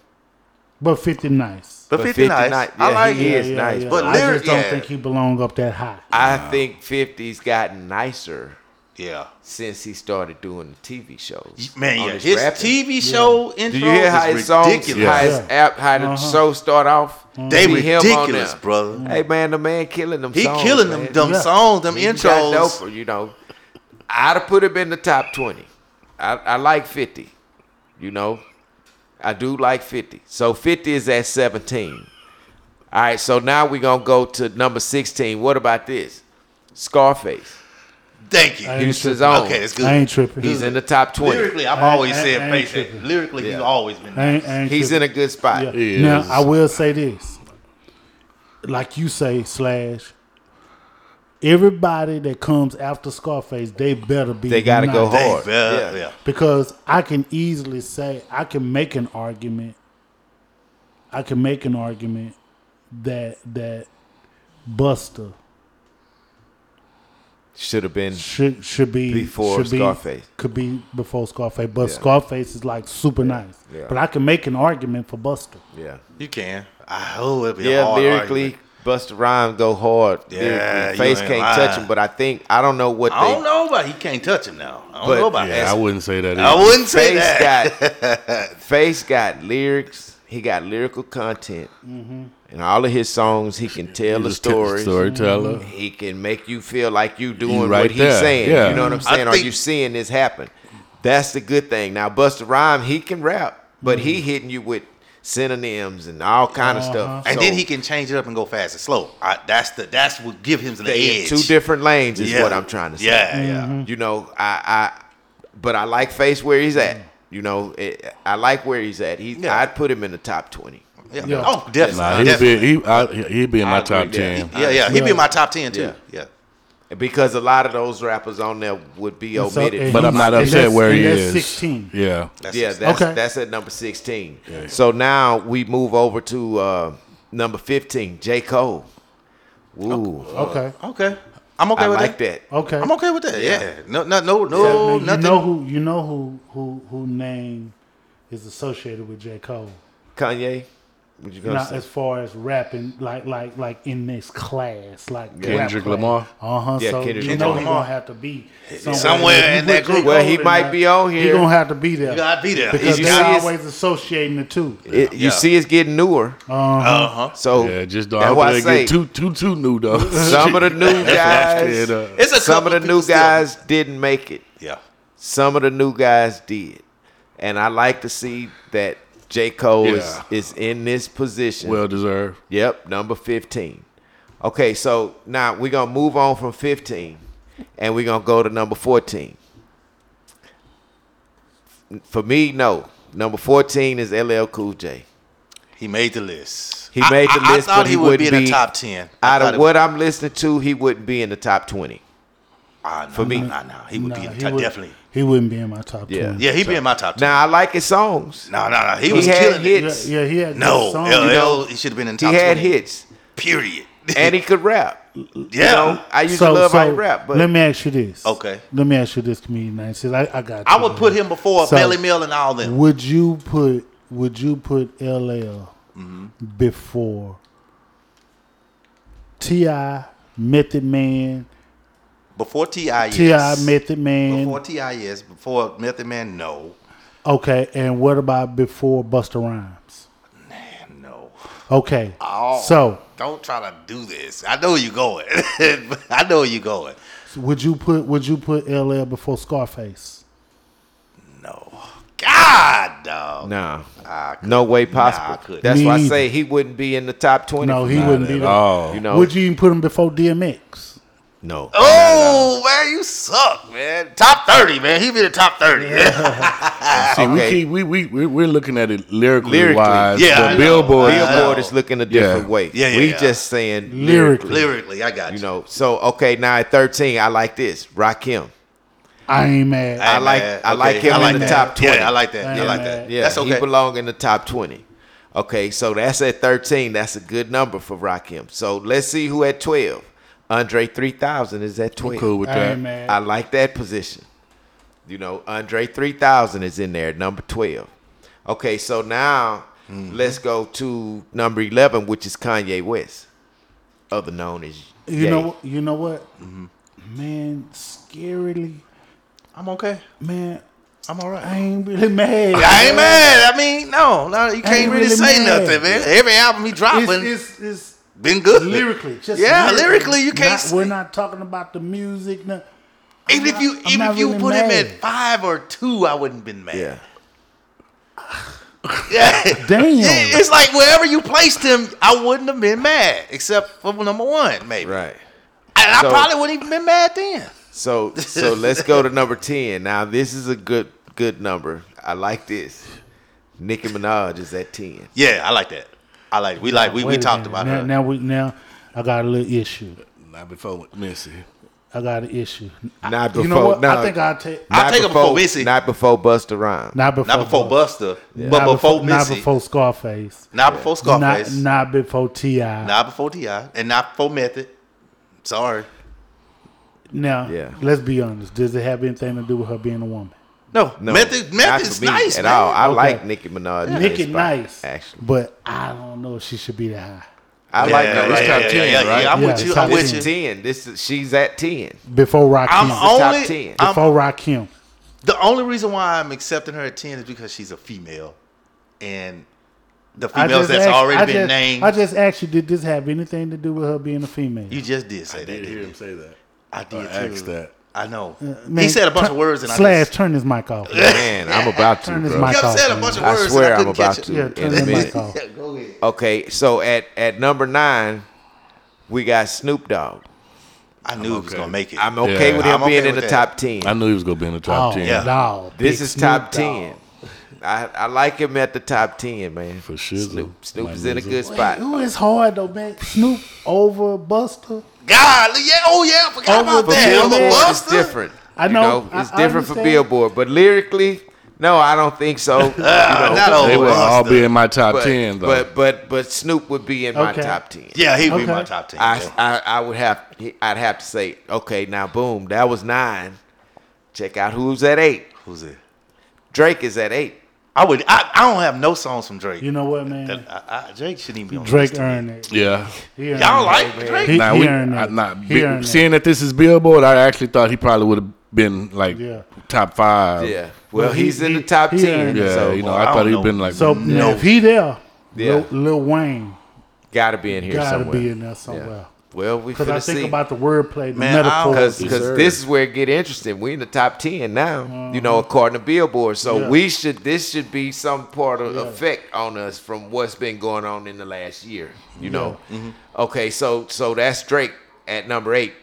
S5: But fifty nice.
S3: But, 50, nice.
S2: Yeah,
S3: I like
S2: he
S3: it.
S2: is nice.
S3: But
S2: But
S5: I
S3: lyric-
S5: just don't
S3: yeah.
S5: think he belong up that high.
S2: I think 50's gotten nicer
S3: Yeah.
S2: since he started doing the TV shows.
S3: Man,
S2: on
S3: yeah,
S2: his
S3: his
S2: rapping.
S3: TV show intro
S2: Do you hear how his
S3: is
S2: songs,
S3: ridiculous. Uh-huh.
S2: how his app, how the show start off?
S3: They
S2: See him on
S3: ridiculous,
S2: there.
S3: brother.
S2: Hey man, the man killing them.
S3: He
S2: songs,
S3: killing
S2: man.
S3: them dumb
S5: Yeah.
S3: songs, them
S2: He got
S3: intros.
S2: doper, you know. I'd have put him in the top twenty. I, I like fifty. You know, I do like fifty. So fifty is at seventeen. All right, so now we're gonna go to number sixteen. What about this? Scarface.
S3: Thank you.
S5: I ain't
S2: Houston's
S5: tripping.
S2: own.
S3: Okay, that's good.
S5: I ain't tripping.
S2: He's in the top twenty.
S3: Lyrically, I've
S5: I-
S3: always
S5: I-
S3: said
S5: I ain't
S3: face
S5: tripping.
S3: it. Lyrically, he's
S2: Yeah.
S3: always been.
S5: I ain't, I ain't
S2: He's
S5: tripping.
S2: in a good spot.
S5: Yeah.
S4: He
S5: Now
S4: is.
S5: I will say this, like you say, slash. Everybody that comes after Scarface, they better be.
S2: They gotta go
S5: nice.
S3: They
S2: hard.
S3: better-
S2: Yeah.
S3: yeah.
S5: because I can easily say I can make an argument. I can make an argument that that Buster
S2: Should have been.
S5: should should be
S2: Before
S5: should be-
S2: Scarface.
S5: could be before Scarface, but
S2: Yeah.
S5: Scarface is like super nice.
S2: yeah.
S5: But I can make an argument for Buster.
S2: Yeah.
S3: You can. I oh, it'd be a
S2: Yeah,
S3: hard
S2: lyrically,
S3: argument.
S2: Busta Rhymes go hard.
S3: Yeah,
S2: lyrically.
S3: you
S2: Face
S3: ain't
S2: can't
S3: lying.
S2: touch him, but I think I don't know what
S3: I
S2: they
S3: don't know about he can't touch him now. I don't
S2: But-
S3: know about
S4: Yeah, I
S3: that.
S4: wouldn't say that.
S3: I
S4: either.
S3: wouldn't say
S2: Face
S3: that.
S2: got Face got lyrics. He got lyrical content,
S3: Mm-hmm.
S2: and all of his songs he can tell a
S4: He's a t-
S2: story.
S4: storyteller.
S3: Mm-hmm.
S2: He can make you feel like you doing
S4: right
S2: what he's
S4: there,
S2: saying.
S4: yeah.
S2: You know what I'm
S3: I
S2: saying? Are
S3: think-
S2: you seeing this happen? That's the good thing. Now Busta Rhyme, he can rap. But
S3: Mm-hmm.
S2: he hitting you with synonyms and all kind of stuff.
S3: Uh-huh. And
S2: So
S3: then he can change it up and go fast and slow. I, that's the that's what give him the
S2: they in
S3: edge.
S2: two different lanes is
S3: Yeah.
S2: what I'm trying to say.
S3: Yeah, yeah.
S2: You know, I, I but I like Face where he's at. You know, it, I like where he's at. He,
S3: Yeah.
S2: I'd put him in the top twenty.
S3: yeah.
S5: Yeah.
S3: Oh, definitely.
S4: Nah, he'd
S3: definitely.
S4: be he I, he'd be in my
S2: I'll
S4: top
S2: agree there.
S4: ten.
S3: yeah, yeah. He'd be in my top ten
S2: Yeah.
S3: too. Yeah.
S2: Because a lot of those rappers on there would be
S5: And so-
S3: eh,
S2: omitted.
S5: and
S4: But I'm not
S5: And
S4: upset
S5: that's-
S4: where
S5: and
S4: he
S5: that's
S4: is.
S5: 16.
S4: Yeah.
S3: That's
S2: yeah,
S3: it.
S2: that's
S5: Okay.
S2: that's at number sixteen. So now we move over to uh, number fifteen, J. Cole. Ooh,
S5: Okay.
S3: okay. I'm okay
S2: I
S3: with
S2: like
S3: that.
S2: that.
S5: Okay.
S3: I'm okay with that. Yeah. No, no, no, no,
S5: Now, you
S3: nothing.
S5: know who you know who who who name is associated with J Cole.
S2: Kanye, what you gonna
S5: Not
S2: say?
S5: as far as rapping, like like like in this class, like
S4: Kendrick Lamar?
S5: Uh huh.
S2: Yeah,
S5: so
S2: Kendrick
S5: you know
S2: Lamar.
S5: he's gonna have to be somewhere,
S3: Somewhere
S5: If you
S3: in
S5: put
S3: that
S5: J.
S3: group.
S5: Cole
S2: Well, he
S5: in
S2: might
S5: there,
S2: be on
S5: He
S2: here.
S5: gonna have to be there
S3: You gotta be there.
S5: because
S2: you
S5: they're
S2: see it's-
S5: always associating the two.
S2: It- you
S3: Yeah.
S2: see, it's getting newer.
S3: uh huh.
S2: So
S4: Yeah, just don't
S2: that's why I
S4: they
S2: say
S4: get too too too new though.
S2: some of the new guys,
S4: That's what I said, uh,
S3: It's a
S2: some of
S3: couple
S2: the new
S3: people still-
S2: guys didn't make it.
S3: Yeah.
S2: Some of the new guys did, and I like to see that J. Cole
S4: Yeah.
S2: is is in this position.
S4: well deserved.
S2: Yep, number 15. Okay, so now we're going to move on from 15 and we're going to go to number 14. For me, no. Number 14 is LL Cool J.
S3: He made the list.
S2: He
S3: I-
S2: made the
S3: I,
S2: list,
S3: I thought
S2: but
S3: he
S2: he
S3: would be in
S2: wouldn't be-
S3: the top ten. I
S2: Out
S3: thought
S2: of
S3: he-
S2: what I'm listening to, he wouldn't be in the top 20.
S3: Ah, no,
S2: for me.
S3: nah, nah, he would
S5: Nah,
S3: be in the
S5: he
S3: top,
S5: would-
S3: definitely.
S5: He wouldn't be in my top
S2: Yeah.
S5: twenty.
S3: Yeah, he'd be in my top ten.
S2: Now, I like his songs.
S3: No, no, no. He
S2: He
S3: was
S2: had
S3: killing it.
S2: hit-
S5: yeah, yeah, he had
S3: No,
S5: that song.
S3: LL,
S5: You know,
S3: he should have been in
S2: He
S3: top
S2: had
S3: 20,
S2: hits
S3: Period.
S2: and he could rap.
S3: yeah.
S2: I used to love how he rap, but
S5: let me ask you this.
S3: Okay.
S5: Let me ask you this, comedian. I said I, I got.
S3: I
S5: you,
S3: would
S5: man.
S3: put him before
S5: So-
S3: Melly Mel and all them.
S5: Would you put Would you put LL before Ti Method Man?
S3: Before T.I.
S5: Ti
S3: yes.
S5: Method Man.
S3: Before T.I. yes. Before Method Man, no.
S5: okay, and what about before Buster Rhymes?
S3: No.
S5: Okay,
S3: Oh.
S5: so
S3: Don't try to do this. I know you're going. I know you're going.
S5: would you put Would you put LL before Scarface?
S3: No. God, dog.
S2: nah, no way
S3: Nah, I
S2: possible.
S3: couldn't.
S2: That's
S5: Me
S2: why I
S5: either.
S2: say he wouldn't be in the top 20.
S5: No,
S2: for
S5: he
S2: me.
S5: wouldn't be.
S4: at
S5: there.
S4: all.
S2: You know,
S5: Would you even put him before DMX?
S2: no.
S3: Oh, man, you suck, man. Top 30, man. He be the top 30.
S4: See, we
S2: Okay.
S4: keep we we we- we're looking at it lyrically,
S2: Lyrically.
S4: wise.
S3: Yeah, I
S4: but
S3: know.
S4: Billboard.
S3: I know.
S2: Billboard is looking a different
S4: Yeah.
S2: way.
S3: Yeah, yeah,
S2: we
S3: yeah.
S2: just saying
S5: Lyrically.
S2: lyrically,
S3: Lyrically, I got you.
S2: you know. So okay, now at thirteen, I like this
S5: Uh,
S2: Rakim.
S5: I ain't mad.
S2: I like-
S3: man.
S2: I like him in the
S3: that.
S2: top 20.
S3: Yeah, I like that.
S5: Hey,
S3: I like
S5: man.
S3: that.
S2: Yeah,
S3: that's okay.
S2: he belong in the top twenty. Okay, so that's at thirteen. That's a good number for Rakim. So let's see who at twelve. Andre three thousand is at
S4: I'm
S2: twelve.
S4: cool with
S5: I
S4: that.
S5: ain't mad.
S2: I like that position. You know, Andre 3000 is in there, at number 12. Okay, so now
S5: Mm-hmm.
S2: let's go to number 11, which is Kanye West, other known as
S5: You
S2: Ye.
S5: know, you know what, man. Scarily,
S3: I'm okay.
S5: man.
S3: I'm all right.
S5: I ain't really mad.
S3: I ain't mad. I mean, no, no, you can't
S5: ain't
S3: really,
S5: really
S3: say
S5: mad.
S3: nothing, man. Every album he dropping
S5: It's, it's, it's
S3: been good.
S5: lyrically, just
S3: yeah, lyrically, you can't.
S5: Not-
S3: s-
S5: we're not talking about the music. No.
S3: even if
S5: not-
S3: you
S5: I'm
S3: even
S5: not
S3: if you
S5: really
S3: put
S5: mad.
S3: him at five or two, I wouldn't been mad.
S2: Yeah.
S3: Yeah.
S5: Damn.
S3: It- It's like wherever you placed him, I wouldn't have been mad, except for number one, maybe.
S2: Right.
S3: And I
S2: So-
S3: probably wouldn't even been mad then.
S2: So so let's go to number 10. Now this is a good good number. I like this. Nicki Minaj is at 10.
S3: Yeah, I like that. I like. We like. We, we
S5: Wait a
S3: talked
S5: minute.
S3: about
S5: now,
S3: her.
S5: Now we now, I got a little issue.
S4: Not before with Missy.
S5: I got an issue.
S2: Not
S5: you
S2: before
S5: know what?
S2: No,
S5: I think I'll take.
S3: I'll
S2: not
S3: take her before Missy.
S2: Not before Busta Rhymes.
S5: Not before.
S3: Not before
S5: Busta.
S3: Buster, but
S5: Not
S3: before,
S5: Not
S3: Missy.
S5: before Scarface.
S3: Not before Scarface.
S5: Not,
S3: Not,
S5: not before Ti.
S3: before Ti, and not before Method. Sorry.
S5: Now,
S2: Yeah.
S5: let's be honest. Does it have anything to do with her being a woman?
S3: No,
S2: No,
S3: Method.
S2: not
S3: Method's
S2: for me
S3: nice
S2: at
S3: man.
S2: all. I
S5: Okay.
S2: like Nicki Minaj. in
S5: Nick
S2: this
S5: is
S2: spot,
S5: nice,
S2: actually.
S5: but I don't know if she should be that high.
S2: I
S3: Yeah,
S2: like
S3: yeah,
S2: that.
S3: yeah,
S4: It's top
S3: yeah,
S4: 10,
S3: yeah, yeah,
S4: right?
S3: I'm with
S5: Yeah,
S3: you.
S5: top
S3: I'm
S5: I'm
S2: This
S3: with
S2: is
S3: you.
S2: ten. This is she's at ten.
S5: Before Rakim.
S3: I'm
S2: top
S3: only.
S2: 10.
S3: I'm,
S5: before Rakim.
S3: the only reason why I'm accepting her at ten is because she's a female, and the
S5: I
S3: females
S5: just
S3: that's
S5: asked-
S3: already
S5: I
S3: been
S5: just-
S3: named.
S5: I just asked you, did this have anything to do with her being a female?
S3: you just did say that.
S4: Did
S3: didn't
S4: hear
S3: you?
S4: him say that?
S3: I did
S4: I
S3: too.
S4: asked that.
S3: I know.
S5: Uh, Man,
S3: he said a bunch
S5: turn-
S3: of words and I
S5: Slash,
S3: just,
S5: turn his mic off.
S2: Man, I'm about to,
S5: Turn his
S2: bro.
S5: mic
S3: he
S5: off.
S3: said a bunch of
S2: I
S3: words
S2: swear
S3: and I
S2: I'm
S3: couldn't
S2: about
S3: catch it.
S2: to.
S5: Yeah, turn
S2: in a
S5: his
S2: minute.
S5: mic off.
S3: Yeah, go ahead.
S2: Okay, so at, at number nine, we got Snoop Dogg.
S3: I knew he was gonna make it.
S2: I'm okay
S4: Yeah.
S2: with him
S3: I'm okay
S2: being in the
S3: with that.
S2: top ten.
S4: I knew he was gonna be in the top
S5: Oh,
S4: ten
S3: Yeah.
S5: dog.
S2: This
S5: Big
S2: is top
S5: Snoop Dogg.
S2: ten. I, I like him at the top ten, man.
S4: for sure.
S2: Snoop, Snoop
S4: Like,
S2: is in a good
S5: Wait,
S2: spot.
S5: Who is hard though, man? Snoop over Buster.
S3: God, yeah, oh yeah, I forgot
S5: Over
S3: about that.
S5: Billboard
S3: Over
S5: is
S2: It's
S3: Buster.
S2: different.
S5: I
S2: you
S5: know, I-
S2: it's
S5: I
S2: different for
S5: understand.
S2: Billboard, but lyrically, no, I don't think so. You know,
S3: Ah, not over
S4: They would all
S3: Buster.
S4: be in my top
S2: but,
S4: ten though.
S2: but but but Snoop would be in my
S5: Okay.
S2: top ten.
S3: Yeah, he'd be
S5: Okay.
S3: my top ten. yeah.
S2: I, I I would have I'd have to say okay now boom that was nine. Check out who's at eight.
S3: Who's it?
S2: Drake is at eight.
S3: I would. I, I don't have no songs from Drake.
S5: You know what, man?
S3: I, I, Drake shouldn't even be on the
S5: Drake
S3: list.
S5: earned it.
S4: yeah.
S5: He earned
S3: Y'all
S5: it.
S3: like Drake?
S5: He-
S4: Nah, we,
S5: earned
S4: I,
S5: it.
S4: nah,
S5: He
S4: be-
S5: earned it.
S4: seeing that this is Billboard, I actually thought he probably would have been like
S5: Yeah.
S4: top five.
S2: Yeah. Well,
S5: he-
S2: he's in
S5: he-
S2: the top
S5: he
S2: ten.
S5: earned
S4: Yeah,
S2: so
S4: you know,
S3: I
S4: I,
S3: don't
S4: thought
S3: know.
S4: he'd been like
S5: So
S4: no.
S5: if he there,
S2: Yeah.
S5: Lil, Lil Wayne
S2: gotta be in here
S5: gotta
S2: somewhere.
S5: be in there somewhere.
S2: Well, we
S5: Because
S2: finna
S5: I think
S2: see.
S5: about the wordplay, the
S3: Man, I don't-
S5: metaphor.
S2: because
S3: Yes,
S2: because
S4: sir.
S2: this is where it get interesting. We in the top ten now, you know, according to Billboard. So
S5: Mm-hmm. Yeah.
S2: we should this should be some part of
S5: Yeah.
S2: effect on us from what's been going on in the last year. You know,
S5: Mm-hmm.
S2: okay, so so that's Drake at number eight.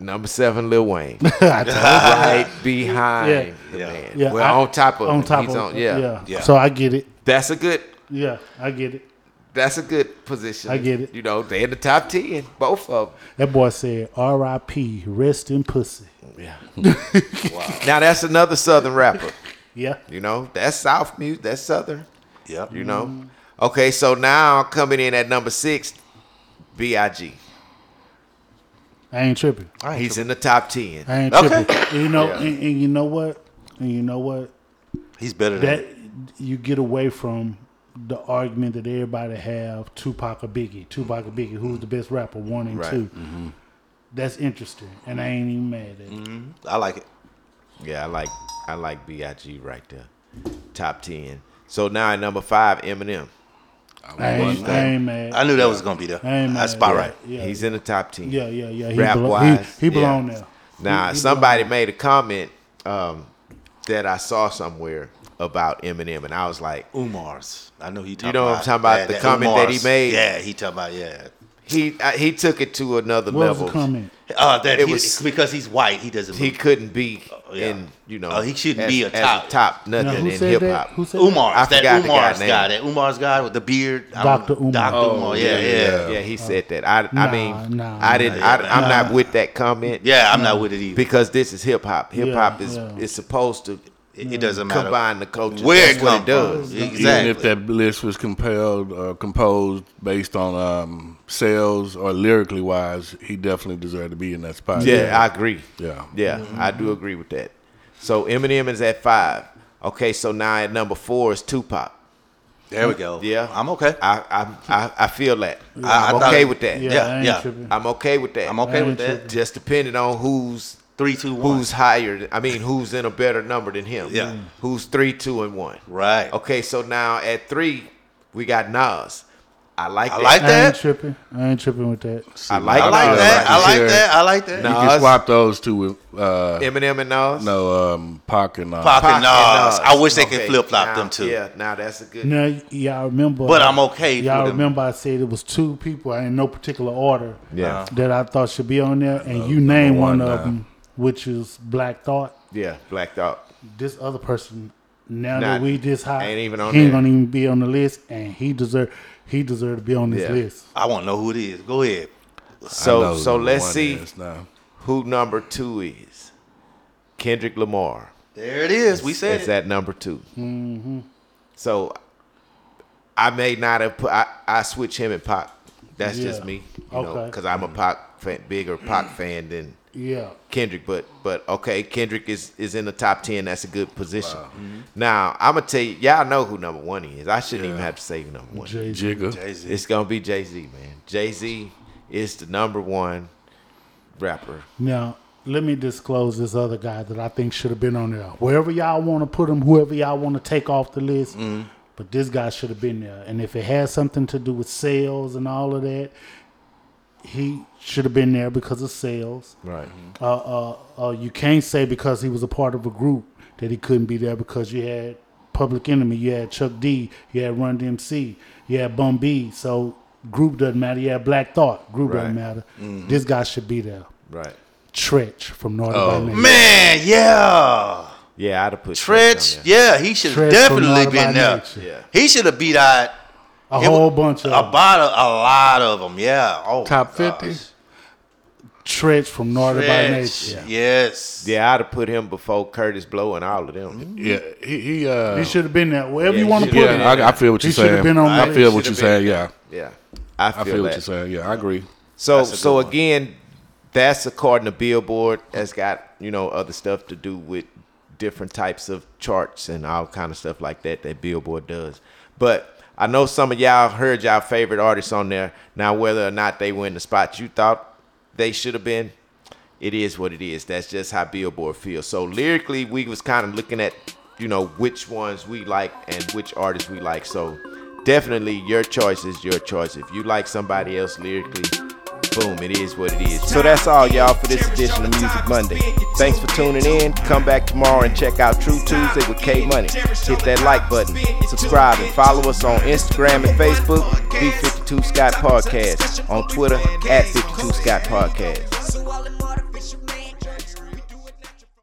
S2: Number seven, Lil Wayne,
S5: I told you.
S2: right behind
S5: Yeah.
S2: the
S3: Yeah.
S2: man.
S5: Yeah,
S2: well,
S5: I-
S2: on top of
S5: on
S2: him.
S5: top
S2: He's
S5: of
S2: on- yeah.
S3: Yeah.
S5: So I get it.
S2: That's a good.
S5: Yeah, I get it.
S2: That's a good position.
S5: I get it.
S2: You know, they're in the top ten, both of them.
S5: That boy said, "R.I.P. Rest in pussy."
S2: Now that's another Southern rapper.
S5: Yeah,
S2: You know, that's South music. That's Southern.
S3: Yep.
S2: You know.
S5: Mm.
S2: Okay, so now coming in at number six, Big.
S5: I ain't tripping.
S2: He's in the top ten.
S5: I ain't
S3: Okay.
S5: tripping. You know,
S2: Yeah.
S5: and, and you know what? And you know what?
S3: He's better than
S5: That you get away from the argument that everybody have: Tupac or Biggie, Tupac or Biggie, who's the best rapper? One and
S2: Right.
S5: 2 That's interesting, and I ain't even mad at it.
S3: I like it.
S2: Yeah, I like I like Big right there, top ten. So now at number five, Eminem.
S5: I ain't, I ain't mad.
S3: I knew that was gonna be there.
S5: Amen.
S3: That's about right.
S5: Yeah,
S2: He's in the top ten.
S5: yeah, yeah, yeah. He,
S2: Rap
S5: belo-
S2: wise,
S5: he, he
S2: yeah.
S5: belong there.
S2: Now
S5: He- he
S2: somebody made a comment um, that I saw somewhere about Eminem, and I was like,
S3: Umar's. I know he. Talking
S2: know what I'm
S3: about
S2: talking about,
S3: that-
S2: the
S3: that
S2: comment that he
S3: Umar's.
S2: made.
S3: Yeah, he talking about yeah.
S2: he I, he took it to another
S5: What was
S2: level.
S5: the comment?
S3: Uh, that
S2: It
S3: he,
S2: was-
S3: because he's white. He doesn't.
S2: He
S3: look-
S2: couldn't be
S3: yeah.
S2: in, you know,
S3: Oh, he shouldn't
S2: as-
S3: be a
S2: as
S3: top.
S2: top nothing
S5: Now, who
S2: in
S5: said
S2: hip
S5: that?
S2: hop.
S5: Who said
S3: Umar's.
S2: I
S3: that
S2: forgot the
S3: Umar's
S2: guy's
S3: guy,
S2: name.
S3: That Umar's guy with the beard. I don't-
S5: Dr. Umar.
S3: Dr.
S5: Oh,
S3: Umar. Yeah, yeah, yeah.
S2: Yeah, he said that. I,
S5: Uh, Nah,
S2: I mean,
S5: nah,
S2: I didn't.
S3: nah,
S2: I,
S3: yeah,
S2: I'm not with that comment.
S3: I'm not with it either.
S2: because this is hip hop. Hip hop is
S5: yeah.
S2: is supposed to
S3: It, it doesn't matter.
S2: combine the culture.
S3: Where it
S2: That's what
S3: come
S2: it does.
S3: from. Exactly.
S4: Even if that list was compelled or composed based on um, sales or lyrically wise, he definitely deserved to be in that spot.
S2: Yeah, I agree.
S4: Yeah.
S2: yeah, I do
S5: Mm-hmm.
S2: agree with that. So Eminem is at five. Okay, so now at number four is Tupac.
S3: there we go.
S2: Yeah,
S3: I'm okay.
S2: I I I, I feel that.
S3: I
S2: I'm
S3: thought-
S2: okay with that.
S5: Yeah,
S3: Yeah,
S5: I ain't
S3: yeah.
S5: tripping.
S2: I'm okay with that.
S3: I'm okay with
S5: Andrew.
S3: that.
S2: Just depending on who's
S3: Three, two, one.
S2: who's higher. I mean, who's in a better number than him?
S3: Yeah.
S2: Who's three, two, and one?
S3: right?
S2: Okay, so now at three, we got Nas. I like
S3: I
S2: that.
S3: like
S5: I ain't
S3: that.
S5: tripping. I ain't tripping with that.
S2: I like,
S3: I
S4: Yeah,
S3: like that.
S4: right
S3: I like
S4: here.
S3: that. I like that.
S4: You
S2: Nah.
S4: can
S2: Nas.
S4: swap those two with uh,
S2: Eminem and Nas.
S4: no um, Pac and uh,
S3: Pac.
S2: Pac and
S3: Nas. I wish they could flip-flop
S2: now-
S3: them two.
S2: Yeah, now that's a good.
S5: Now y- y'all remember,
S3: But I'm okay
S5: Y'all
S3: with them.
S5: remember I said it was two people in no particular order.
S2: Yeah. Uh, Uh-huh.
S5: that I thought should be on there, and you named one,
S4: one
S5: of
S4: now.
S5: them, which is Black Thought.
S2: Yeah, Black Thought.
S5: This other person, now
S2: Nah,
S5: that we this high,
S2: ain't even on
S5: he ain't
S2: there.
S5: gonna even be on the list, and he deserve he deserve to be on this
S2: Yeah.
S5: list.
S3: I want to know who it is. Go ahead.
S4: I know
S2: So so
S4: number
S2: let's
S4: one
S2: see
S4: is now.
S2: who number two is. Kendrick Lamar
S3: There it is. We said
S2: is
S3: it.
S2: at number 2 Mm-hmm. So I may not have put. I, I switch him and Pac. That's just
S5: Yeah.
S2: me, you know,
S5: Okay.
S2: because I'm a Pac fan, bigger Pac fan than
S5: Yeah,
S2: Kendrick, but but okay, Kendrick is is in the top ten. That's a good position. Now I'm gonna tell you, y'all know who number one is. I shouldn't even have to say who number one.
S5: Jay Z.
S4: Jigga.
S3: Jay-Z.
S2: It's gonna be Jay Z, man. Jay Z is the number one rapper.
S5: Now let me disclose this other guy that I think should have been on there. Wherever y'all want to put him, whoever y'all want to take off the list.
S2: Mm-hmm.
S5: But this guy should have been there, and if it has something to do with sales and all of that, he should have been there because of sales.
S2: Right.
S5: Uh, uh, uh, you can't say because he was a part of a group that he couldn't be there because you had Public Enemy, you had Chuck D, you had Run DMC, you had Bum B. So group doesn't matter. You had Black Thought, group
S2: Right. Mm-hmm.
S5: doesn't matter. This guy should be there.
S2: Right.
S5: Tretch from Northern by Nature.
S3: Man, yeah.
S2: Yeah, I'd have put
S3: Tretch,
S2: on there.
S3: yeah, he should
S5: Tretch
S3: have definitely
S5: from Law
S3: been
S5: by
S3: there.
S5: Nature.
S2: Yeah.
S3: He should have beat out
S5: A
S3: It
S5: whole
S3: was-
S5: bunch
S3: a
S5: of
S3: lot of a lot of them. Yeah. Oh,
S4: Top
S3: my gosh.
S4: 50?
S5: Tretch from Northern by
S3: Tretch,
S5: Nature.
S3: Yes.
S2: Yeah, I'd have put him before Curtis Blow and all of them.
S4: Yeah, he, he uh,
S5: You should have been there. Wherever
S2: Yeah,
S5: you want
S2: you
S5: to
S2: should-
S5: put it.
S4: yeah, I, I feel what
S5: He
S4: you're
S5: should have
S4: saying.
S5: been on
S4: I
S5: that
S4: feel
S5: list.
S4: what you're saying. Yeah,
S2: Yeah, I feel,
S4: I feel what
S2: that.
S4: you're saying. Yeah, I agree.
S2: So,
S3: a
S2: so
S3: good one.
S2: again, that's according to Billboard. That's got you know other stuff to do with different types of charts and all kind of stuff like that that Billboard does. But I know some of y'all heard y'all favorite artists on there. Now, whether or not they win the spot you thought they should have been, it is what it is. That's just how Billboard feels. So lyrically, we was kind of looking at, you know, which ones we like and which artists we like. So definitely, your choice is your choice. If you like somebody else lyrically, boom, it is what it is. So that's all, y'all, for this edition of Music Monday. Thanks for tuning in. Come back tomorrow and check out True Tuesday with K Money. Hit that like button, subscribe, and follow us on Instagram and Facebook. B52 Scott Podcast on Twitter at 52 Scott Podcast.
S6: So all them other